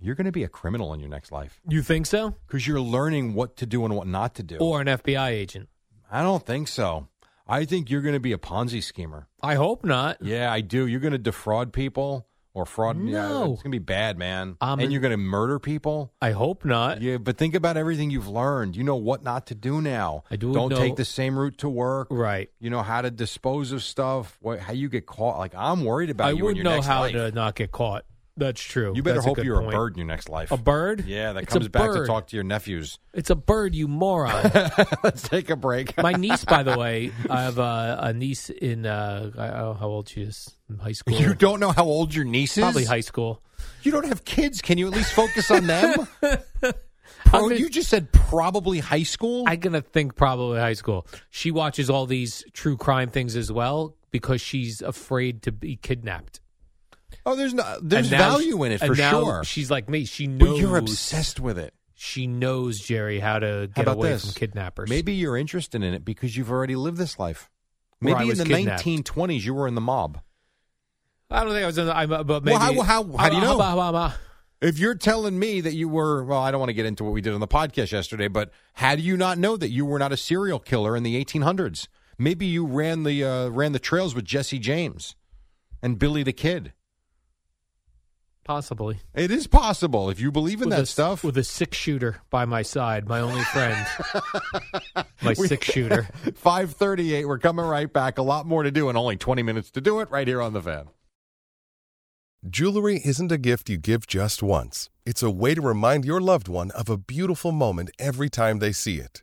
Speaker 1: you're going to be a criminal in your next life
Speaker 2: You think so?
Speaker 1: because you're learning what to do and what not to do.
Speaker 2: Or an FBI agent?
Speaker 1: I don't think so. I think you're going to be a Ponzi schemer.
Speaker 2: I hope not.
Speaker 1: Yeah, I do. You're going to defraud people or fraud. Yeah,
Speaker 2: No.
Speaker 1: it's going to be bad, man.
Speaker 2: Um,
Speaker 1: and you're going to murder people.
Speaker 2: I hope not.
Speaker 1: Yeah, but think about everything you've learned. You know what not to do now.
Speaker 2: I do
Speaker 1: Don't
Speaker 2: know-
Speaker 1: take the same route to work.
Speaker 2: Right.
Speaker 1: You know how to dispose of stuff. What, how you get caught? Like I'm worried about
Speaker 2: I
Speaker 1: you in
Speaker 2: would
Speaker 1: your
Speaker 2: know
Speaker 1: next
Speaker 2: how
Speaker 1: life.
Speaker 2: to not get caught. That's true.
Speaker 1: You better
Speaker 2: That's a
Speaker 1: hope
Speaker 2: good
Speaker 1: you're
Speaker 2: point.
Speaker 1: a bird in your next life.
Speaker 2: A bird?
Speaker 1: Yeah, that
Speaker 2: It's a
Speaker 1: comes back to
Speaker 2: bird.
Speaker 1: talk to your nephews.
Speaker 2: It's a bird, you moron.
Speaker 1: Let's take a break.
Speaker 2: My niece, by the way, I have a, a niece in uh, I don't know how old she is in high school.
Speaker 1: You don't know how old your niece is.
Speaker 2: Probably high school.
Speaker 1: You don't have kids. Can you at least focus on them? Pro-
Speaker 2: I'm in-
Speaker 1: you just said probably high school.
Speaker 2: I'm gonna think probably high school. She watches all these true crime things as well because she's afraid to be kidnapped.
Speaker 1: oh, there's no, there's
Speaker 2: And now
Speaker 1: value in it
Speaker 2: and
Speaker 1: for
Speaker 2: now
Speaker 1: sure.
Speaker 2: She's like me. She
Speaker 1: but
Speaker 2: knows.
Speaker 1: you're obsessed with it.
Speaker 2: She knows Jerry how to
Speaker 1: How
Speaker 2: get
Speaker 1: about
Speaker 2: away
Speaker 1: this?
Speaker 2: from kidnappers.
Speaker 1: Maybe you're interested in it because you've already lived this life.
Speaker 2: Where I
Speaker 1: Maybe in
Speaker 2: was
Speaker 1: the
Speaker 2: kidnapped.
Speaker 1: 1920s you were in the mob.
Speaker 2: I don't think I was. In the, I'm, uh, but maybe
Speaker 1: how- how- how do you
Speaker 2: Uh,
Speaker 1: know?
Speaker 2: blah, blah, blah.
Speaker 1: If you're telling me that you were, well, I don't want to get into what we did on the podcast yesterday, but how do you not know that you were not a serial killer in the 1800s? Maybe you ran the uh, ran the trails with Jesse James and Billy the Kid.
Speaker 2: Possibly
Speaker 1: It is possible if you believe in
Speaker 2: With
Speaker 1: that
Speaker 2: a,
Speaker 1: stuff.
Speaker 2: with a six shooter by my side, my only friend, my six shooter.
Speaker 1: 538, we're coming right back. A lot more to do and only 20 minutes to do it right here on the fan.
Speaker 7: Jewelry isn't a gift you give just once. It's a way to remind your loved one of a beautiful moment every time they see it.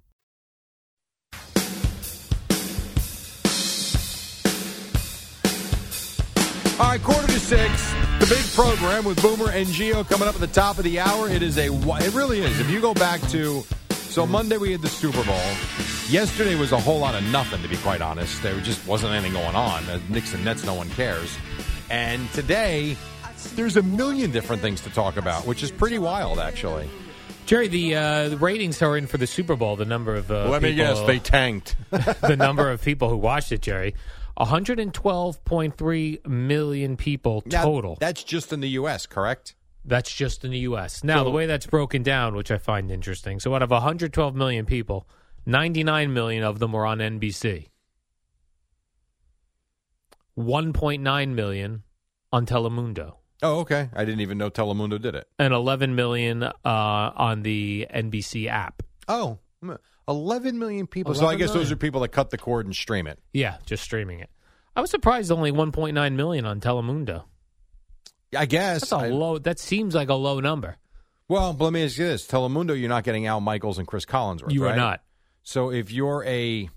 Speaker 1: All right, quarter to six. The big program with Boomer and Geo coming up at the top of the hour. It is a, wi- it really is. If you go back to, so Monday we had the Super Bowl. Yesterday was a whole lot of nothing, to be quite honest. There just wasn't anything going on. Uh, Knicks and Nets, no one cares. And today, there's a million different things to talk about, which is pretty wild, actually.
Speaker 2: Jerry, the, uh, the ratings are in for the Super Bowl. The number of uh, people,
Speaker 1: tanked.
Speaker 2: the number of people who watched it, Jerry, 112.3 million people
Speaker 1: Now,
Speaker 2: total.
Speaker 1: That's just in the U.S., correct?
Speaker 2: that's just in the U.S. Now, the way that's broken down, which I find interesting, so out of 112 million people, 99 million of them were on NBC, 1.9 million on Telemundo,
Speaker 1: Oh, okay. I didn't even know Telemundo did it.
Speaker 2: and 11 million uh, on the NBC app.
Speaker 1: Oh, mm, 11 million people. so I
Speaker 2: 11
Speaker 1: guess those
Speaker 2: million.
Speaker 1: are people that cut the cord and stream it.
Speaker 2: Yeah, just streaming it. I was surprised only 1.9 million on Telemundo.
Speaker 1: I guess
Speaker 2: That's a
Speaker 1: I-
Speaker 2: low. That seems like a low number.
Speaker 1: Well, but let me ask you this: Telemundo, you're not getting Al Michaels and Chris Collinsworth.
Speaker 2: You are
Speaker 1: right?
Speaker 2: not.
Speaker 1: So if you're a,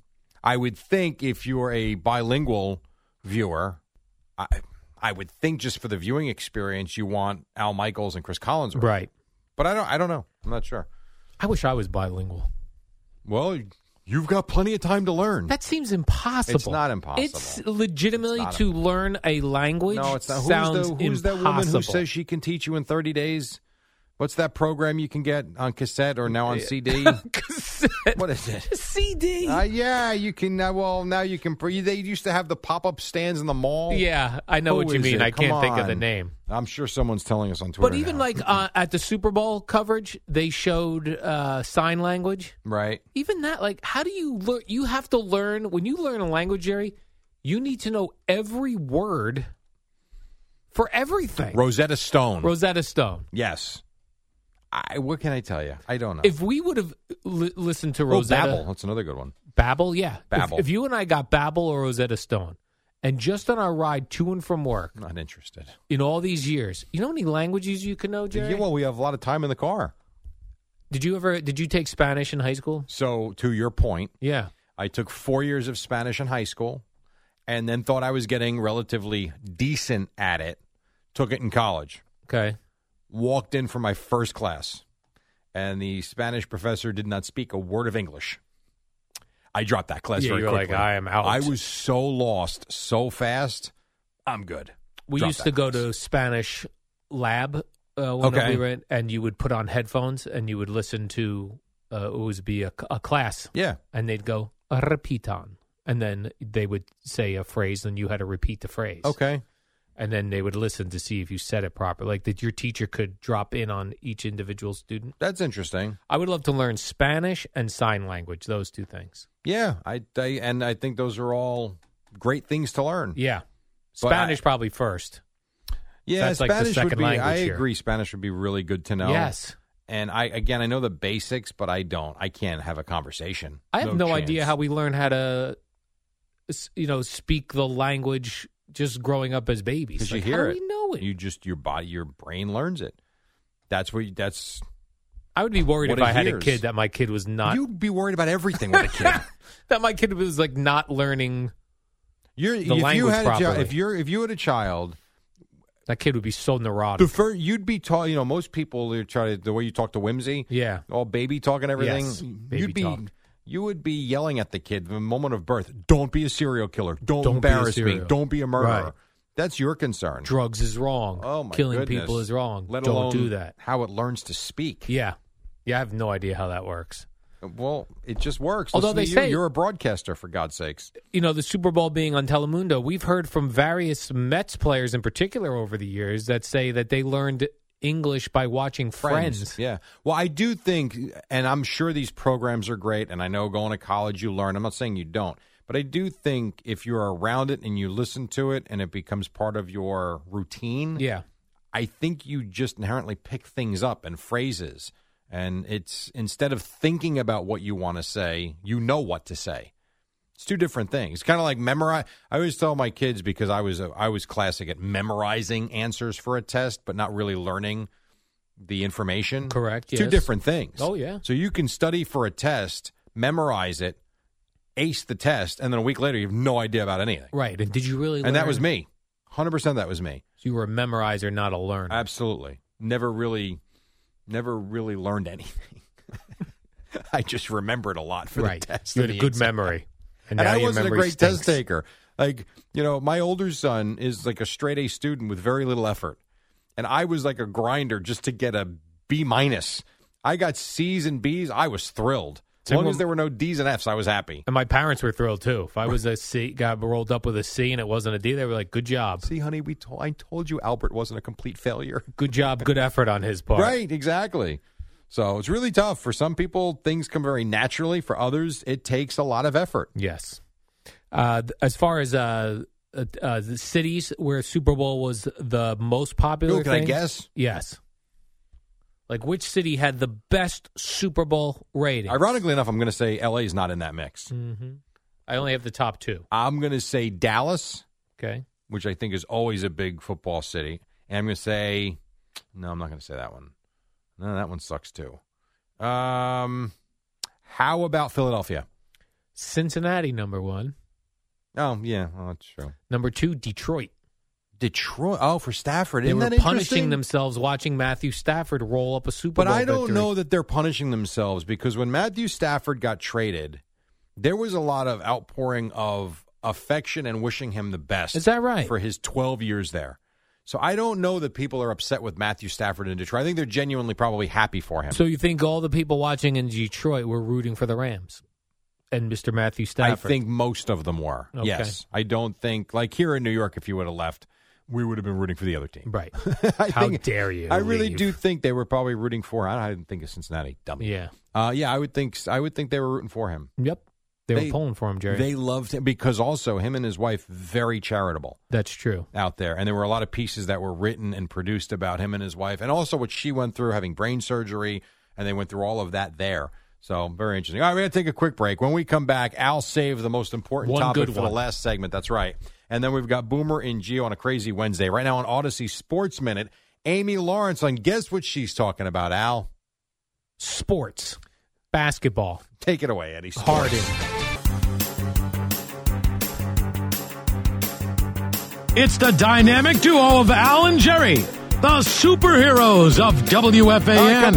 Speaker 1: I would think if you're a bilingual viewer, I, I would think just for the viewing experience, you want Al Michaels and Chris Collinsworth.
Speaker 2: Right.
Speaker 1: But I don't. I don't know. I'm not sure.
Speaker 2: I wish I was bilingual.
Speaker 1: Well, you've got plenty of time to learn.
Speaker 2: That seems impossible.
Speaker 1: It's not impossible.
Speaker 2: It's legitimately
Speaker 1: It's not
Speaker 2: to learn a language.
Speaker 1: no, it's not. Who's,
Speaker 2: Sounds
Speaker 1: the, who's that
Speaker 2: impossible.
Speaker 1: woman who says she can teach you in 30 days? What's that program you can get on cassette or now on CD? what is it?
Speaker 2: CD?
Speaker 1: Uh, yeah, you can. Uh, well, now you can. Pre- they used to have the pop up stands in the mall.
Speaker 2: yeah, I know
Speaker 1: Who
Speaker 2: what you
Speaker 1: is
Speaker 2: mean.
Speaker 1: it?
Speaker 2: I
Speaker 1: Come
Speaker 2: can't think of the
Speaker 1: on.
Speaker 2: name.
Speaker 1: I'm sure someone's telling us on Twitter.
Speaker 2: But even
Speaker 1: now.
Speaker 2: like uh, at the Super Bowl coverage, they showed uh, sign language.
Speaker 1: right,
Speaker 2: Even that, like, how do you learn? You have to learn when you learn a language, Jerry. You need to know every word for everything.
Speaker 1: Rosetta Stone.
Speaker 2: Rosetta Stone.
Speaker 1: yes. I. What can I tell you? I don't know.
Speaker 2: If we would have li- listened to
Speaker 1: oh,
Speaker 2: Rosetta
Speaker 1: Babbel. That's another good one.
Speaker 2: Babel, yeah. If-
Speaker 1: Babbel.
Speaker 2: If, you and I got Babel or Rosetta Stone, and just on our ride to and from work
Speaker 1: Not interested.
Speaker 2: in all these years, you know how many languages you can know, Jerry?
Speaker 1: Yeah, well, we have a lot of time in the car.
Speaker 2: did you ever? Did you take Spanish in high school?
Speaker 1: So to your point,
Speaker 2: Yeah.
Speaker 1: I took four years of Spanish in high school and then thought I was getting relatively decent at it. Took it in college.
Speaker 2: Okay.
Speaker 1: Walked in for my first class, and the Spanish professor did not speak a word of English. I dropped that class
Speaker 2: Yeah,
Speaker 1: very
Speaker 2: you were like,
Speaker 1: quickly.
Speaker 2: "I am out."
Speaker 1: I was so lost so fast. I'm good.
Speaker 2: We
Speaker 1: Dropped
Speaker 2: used
Speaker 1: that
Speaker 2: to go
Speaker 1: class.
Speaker 2: to Spanish lab uh, when
Speaker 1: Okay.
Speaker 2: we were, in, and you would put on headphones and you would listen to. Uh, it would be a, a class,
Speaker 1: Yeah.
Speaker 2: and they'd go repitan, and then they would say a phrase, and you had to repeat the phrase.
Speaker 1: Okay.
Speaker 2: and then they would listen to see if you said it properly. Like that, your teacher could drop in on each individual student.
Speaker 1: That's interesting.
Speaker 2: I would love to learn Spanish and sign language; those two things.
Speaker 1: Yeah. I, I and I think those are all great things to learn.
Speaker 2: Yeah,
Speaker 1: But
Speaker 2: Spanish
Speaker 1: I-
Speaker 2: probably first.
Speaker 1: Yeah,
Speaker 2: That's like the
Speaker 1: Spanish would
Speaker 2: second
Speaker 1: be.
Speaker 2: language
Speaker 1: I
Speaker 2: here.
Speaker 1: agree. Spanish would be really good to know.
Speaker 2: Yes,
Speaker 1: And I again, I know the basics, but I don't. I can't have a conversation.
Speaker 2: I have no,
Speaker 1: chance.
Speaker 2: idea how we learn how to, s- you know, speak the language just growing up as babies.
Speaker 1: because you
Speaker 2: Like,
Speaker 1: hear
Speaker 2: how
Speaker 1: it.
Speaker 2: do we know it?
Speaker 1: You just your body, your brain learns it. That's what. You, that's
Speaker 2: I would be worried
Speaker 1: what
Speaker 2: if
Speaker 1: it
Speaker 2: I had a
Speaker 1: hears.
Speaker 2: kid that my kid was not
Speaker 1: you'd be worried about everything with a kid.
Speaker 2: that my kid was like not learning.
Speaker 1: You're,
Speaker 2: The
Speaker 1: if you
Speaker 2: language
Speaker 1: had a child,
Speaker 2: properly.
Speaker 1: if you're if you had a child,
Speaker 2: That kid would be so neurotic.
Speaker 1: the first, you'd be taught. You know, most people they try to the way you talk to whimsy,
Speaker 2: yeah,
Speaker 1: all baby talk and everything.
Speaker 2: Yes, baby
Speaker 1: you'd be.
Speaker 2: talk.
Speaker 1: You would be yelling at the kid the moment of birth. Don't be a serial killer. Don't,
Speaker 2: Don't be a
Speaker 1: embarrass me.
Speaker 2: serial-
Speaker 1: Don't be a murderer.
Speaker 2: Right.
Speaker 1: That's your concern.
Speaker 2: drugs is wrong.
Speaker 1: Oh my
Speaker 2: killing
Speaker 1: goodness.
Speaker 2: people is wrong.
Speaker 1: Let
Speaker 2: Don't
Speaker 1: alone
Speaker 2: do that.
Speaker 1: How it learns to speak.
Speaker 2: Yeah, yeah. I have no idea how that works.
Speaker 1: Well, it just works.
Speaker 2: Although
Speaker 1: Listen
Speaker 2: they
Speaker 1: to you,
Speaker 2: say-
Speaker 1: you're a broadcaster for God's sakes.
Speaker 2: You know, the Super Bowl being on Telemundo, we've heard from various Mets players in particular over the years that say that they learned English by watching Friends.
Speaker 1: Yeah. Well, I do think, and I'm sure these programs are great, and I know going to college you learn. I'm not saying you don't, but I do think if you're around it and you listen to it and it becomes part of your routine,
Speaker 2: Yeah.
Speaker 1: I think you just inherently pick things up and phrases. And it's instead of thinking about what you want to say, you know what to say. It's two different things. It's kind of like memorize. I always tell my kids because I was I was classic at memorizing answers for a test, but not really learning the information.
Speaker 2: Correct,
Speaker 1: It's Two
Speaker 2: yes.
Speaker 1: different things.
Speaker 2: Oh, yeah.
Speaker 1: So you can study for a test, memorize it, ace the test, and then a week later you have no idea about anything.
Speaker 2: Right. And did you really learn?
Speaker 1: And that was me. Hundred percent. That was me.
Speaker 2: So you were a memorizer, not a learner.
Speaker 1: Absolutely. Never really, never really learned anything. I just remembered a lot for
Speaker 2: right.
Speaker 1: the test.
Speaker 2: You
Speaker 1: and
Speaker 2: had a
Speaker 1: the
Speaker 2: good
Speaker 1: exam.
Speaker 2: memory.
Speaker 1: And,
Speaker 2: now
Speaker 1: I
Speaker 2: your
Speaker 1: wasn't a
Speaker 2: memory
Speaker 1: great test
Speaker 2: stinks.
Speaker 1: taker. Like, you know, my older son is like a straight A student with very little effort. And I was like a grinder just to get a B minus. I got C's and B's. I was thrilled. As
Speaker 2: Tim,
Speaker 1: long
Speaker 2: when-
Speaker 1: as there were no D's and F's, I was happy.
Speaker 2: And my parents were thrilled too. If I was a C, got rolled up with a C and it wasn't a D, they were like, "Good job,
Speaker 1: See, honey, we told I told you Albert wasn't a complete failure.
Speaker 2: good job, good effort on his part."
Speaker 1: Right, exactly. So it's really tough. For some people, things come very naturally. For others, it takes a lot of effort.
Speaker 2: Yes. Uh, th- as far as uh, uh, uh, the cities where Super Bowl was the most popular,
Speaker 1: Ooh, can I
Speaker 2: thing?
Speaker 1: guess?
Speaker 2: Yes. Like which city had the best Super Bowl rating?
Speaker 1: Ironically enough, I'm going to say LA is not in that mix.
Speaker 2: hmm I only have the top two.
Speaker 1: I'm going to say Dallas,
Speaker 2: Okay.
Speaker 1: which I think is always a big football city. And I'm going to say, no, I'm not going to say that one. No, that one sucks too. Um, how about Philadelphia?
Speaker 2: Cincinnati, number one.
Speaker 1: Oh, yeah, well, that's true.
Speaker 2: Number two, Detroit.
Speaker 1: Detroit. Oh, for Stafford.
Speaker 2: They
Speaker 1: Isn't
Speaker 2: were
Speaker 1: that
Speaker 2: punishing
Speaker 1: interesting?
Speaker 2: themselves watching Matthew Stafford roll up a Super
Speaker 1: But
Speaker 2: Bowl.
Speaker 1: I don't
Speaker 2: victory.
Speaker 1: know that they're punishing themselves because when Matthew Stafford got traded, there was a lot of outpouring of affection and wishing him the best.
Speaker 2: Is that right?
Speaker 1: For his 12 years there. So I don't know that people are upset with Matthew Stafford in Detroit. I think they're genuinely probably happy for him.
Speaker 2: So you think all the people watching in Detroit were rooting for the Rams and Mr. Matthew
Speaker 1: I
Speaker 2: Stafford?
Speaker 1: think most of them were.
Speaker 2: Okay.
Speaker 1: Yes. I don't think, like here in New York, if you would have left, we would have been rooting for the other team.
Speaker 2: right.
Speaker 1: I
Speaker 2: How dare you?
Speaker 1: I really
Speaker 2: leave.
Speaker 1: do think they were probably rooting for. I didn't think of Cincinnati. Dummy.
Speaker 2: Yeah.
Speaker 1: Uh, yeah, I would think. I would think they were rooting for him.
Speaker 2: Yep. They,
Speaker 1: They-
Speaker 2: were pulling for him, Jerry.
Speaker 1: They loved him because also him and his wife very charitable
Speaker 2: That's true.
Speaker 1: out there, and there were a lot of pieces that were written and produced about him and his wife, and also what she went through having brain surgery, and they went through all of that there. So very interesting. All right, we're gonna take a quick break. When we come back, Al saved the most important
Speaker 2: One
Speaker 1: topic
Speaker 2: good
Speaker 1: for
Speaker 2: one.
Speaker 1: the last segment. That's right. And then we've got Boomer and Geo on a crazy Wednesday. Right now on Odyssey Sports Minute, Amy Lawrence on guess what she's talking about. Al,
Speaker 2: Sports, basketball,
Speaker 1: take it away, Eddie. Sports.
Speaker 2: Harden.
Speaker 5: It's the dynamic duo of Al and Jerry, the superheroes of
Speaker 1: All right, a couple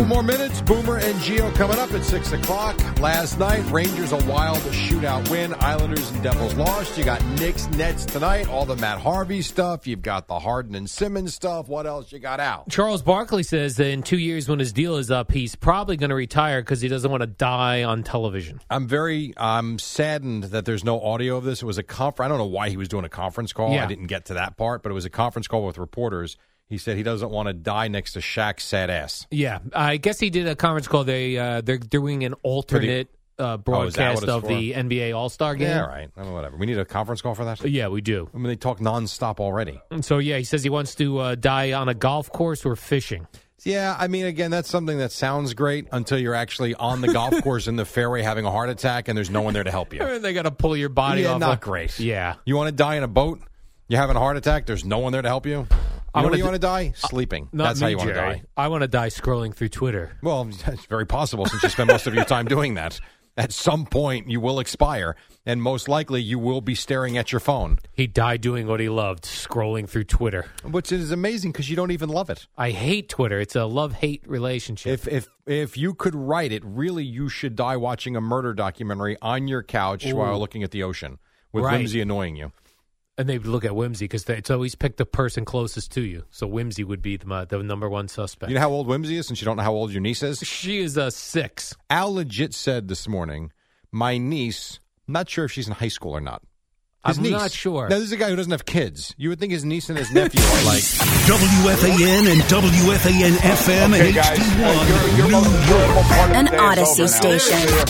Speaker 5: WFAN.
Speaker 1: more minutes. Boomer and Geo coming up at six o'clock. Last night, Rangers a wild shootout win. Islanders and Devils lost. You got Knicks Nets tonight. All the Matt Harvey stuff. You've got the Harden and Simmons stuff. What else you got out?
Speaker 2: Charles Barkley says that in two years, when his deal is up, he's probably going to retire because he doesn't want to die on television.
Speaker 1: I'm very I'm saddened that there's no audio of this. It was a conference. I don't know why he was doing a conference call. I
Speaker 2: Yeah.
Speaker 1: didn't get to that part, but it was a conference call with reporters. He said he doesn't want to die next to Shaq's sad ass.
Speaker 2: Yeah, I guess he did a conference call. They uh, they're doing an alternate uh,
Speaker 1: Oh, is that what
Speaker 2: broadcast
Speaker 1: it's
Speaker 2: of the
Speaker 1: for?
Speaker 2: NBA All Star game.
Speaker 1: Yeah, Uh, all right. I mean, whatever. We need a conference call for that.
Speaker 2: Yeah, we do.
Speaker 1: I mean, they talk nonstop already.
Speaker 2: And so yeah, he says he wants to uh, die on a golf course or fishing.
Speaker 1: Yeah, I mean, again, that's something that sounds great until you're actually on the golf course in the fairway having a heart attack and there's no one there to help you.
Speaker 2: they got to pull your body
Speaker 1: Yeah,
Speaker 2: off.
Speaker 1: not
Speaker 2: a-
Speaker 1: great.
Speaker 2: Yeah,
Speaker 1: You want to die in a boat? You're having a heart attack? There's no one there to help you? You
Speaker 2: I
Speaker 1: know
Speaker 2: wanna
Speaker 1: where you
Speaker 2: d-
Speaker 1: want to die? Sleeping.
Speaker 2: not
Speaker 1: that's
Speaker 2: me,
Speaker 1: how you want to
Speaker 2: Jerry.
Speaker 1: die.
Speaker 2: I want to die scrolling through Twitter.
Speaker 1: Well, it's very possible since you spend most of your time doing that. At some point, you will expire, and most likely, you will be staring at your phone,
Speaker 2: He died doing what he loved, scrolling through Twitter.
Speaker 1: which is amazing because you don't even love it.
Speaker 2: I hate Twitter. It's a love hate relationship.
Speaker 1: If if if you could write it, really, you should die watching a murder documentary on your couch while looking at the ocean with
Speaker 2: Right.
Speaker 1: whimsy annoying you.
Speaker 2: and they look at Whimsy because it's always picked the person closest to you. So Whimsy would be the, the number one suspect.
Speaker 1: You know how old whimsy is, since you don't know how old your niece is.
Speaker 2: she is a six.
Speaker 1: Al legit said this morning, my niece. I'm not sure if she's in high school or not. His
Speaker 2: I'm
Speaker 1: niece.
Speaker 2: not sure.
Speaker 1: Now this is a guy who doesn't have kids. You would think his niece and his nephew are like.
Speaker 4: WFAN and WFAN FM and HD1 New York.
Speaker 8: An Odyssey station.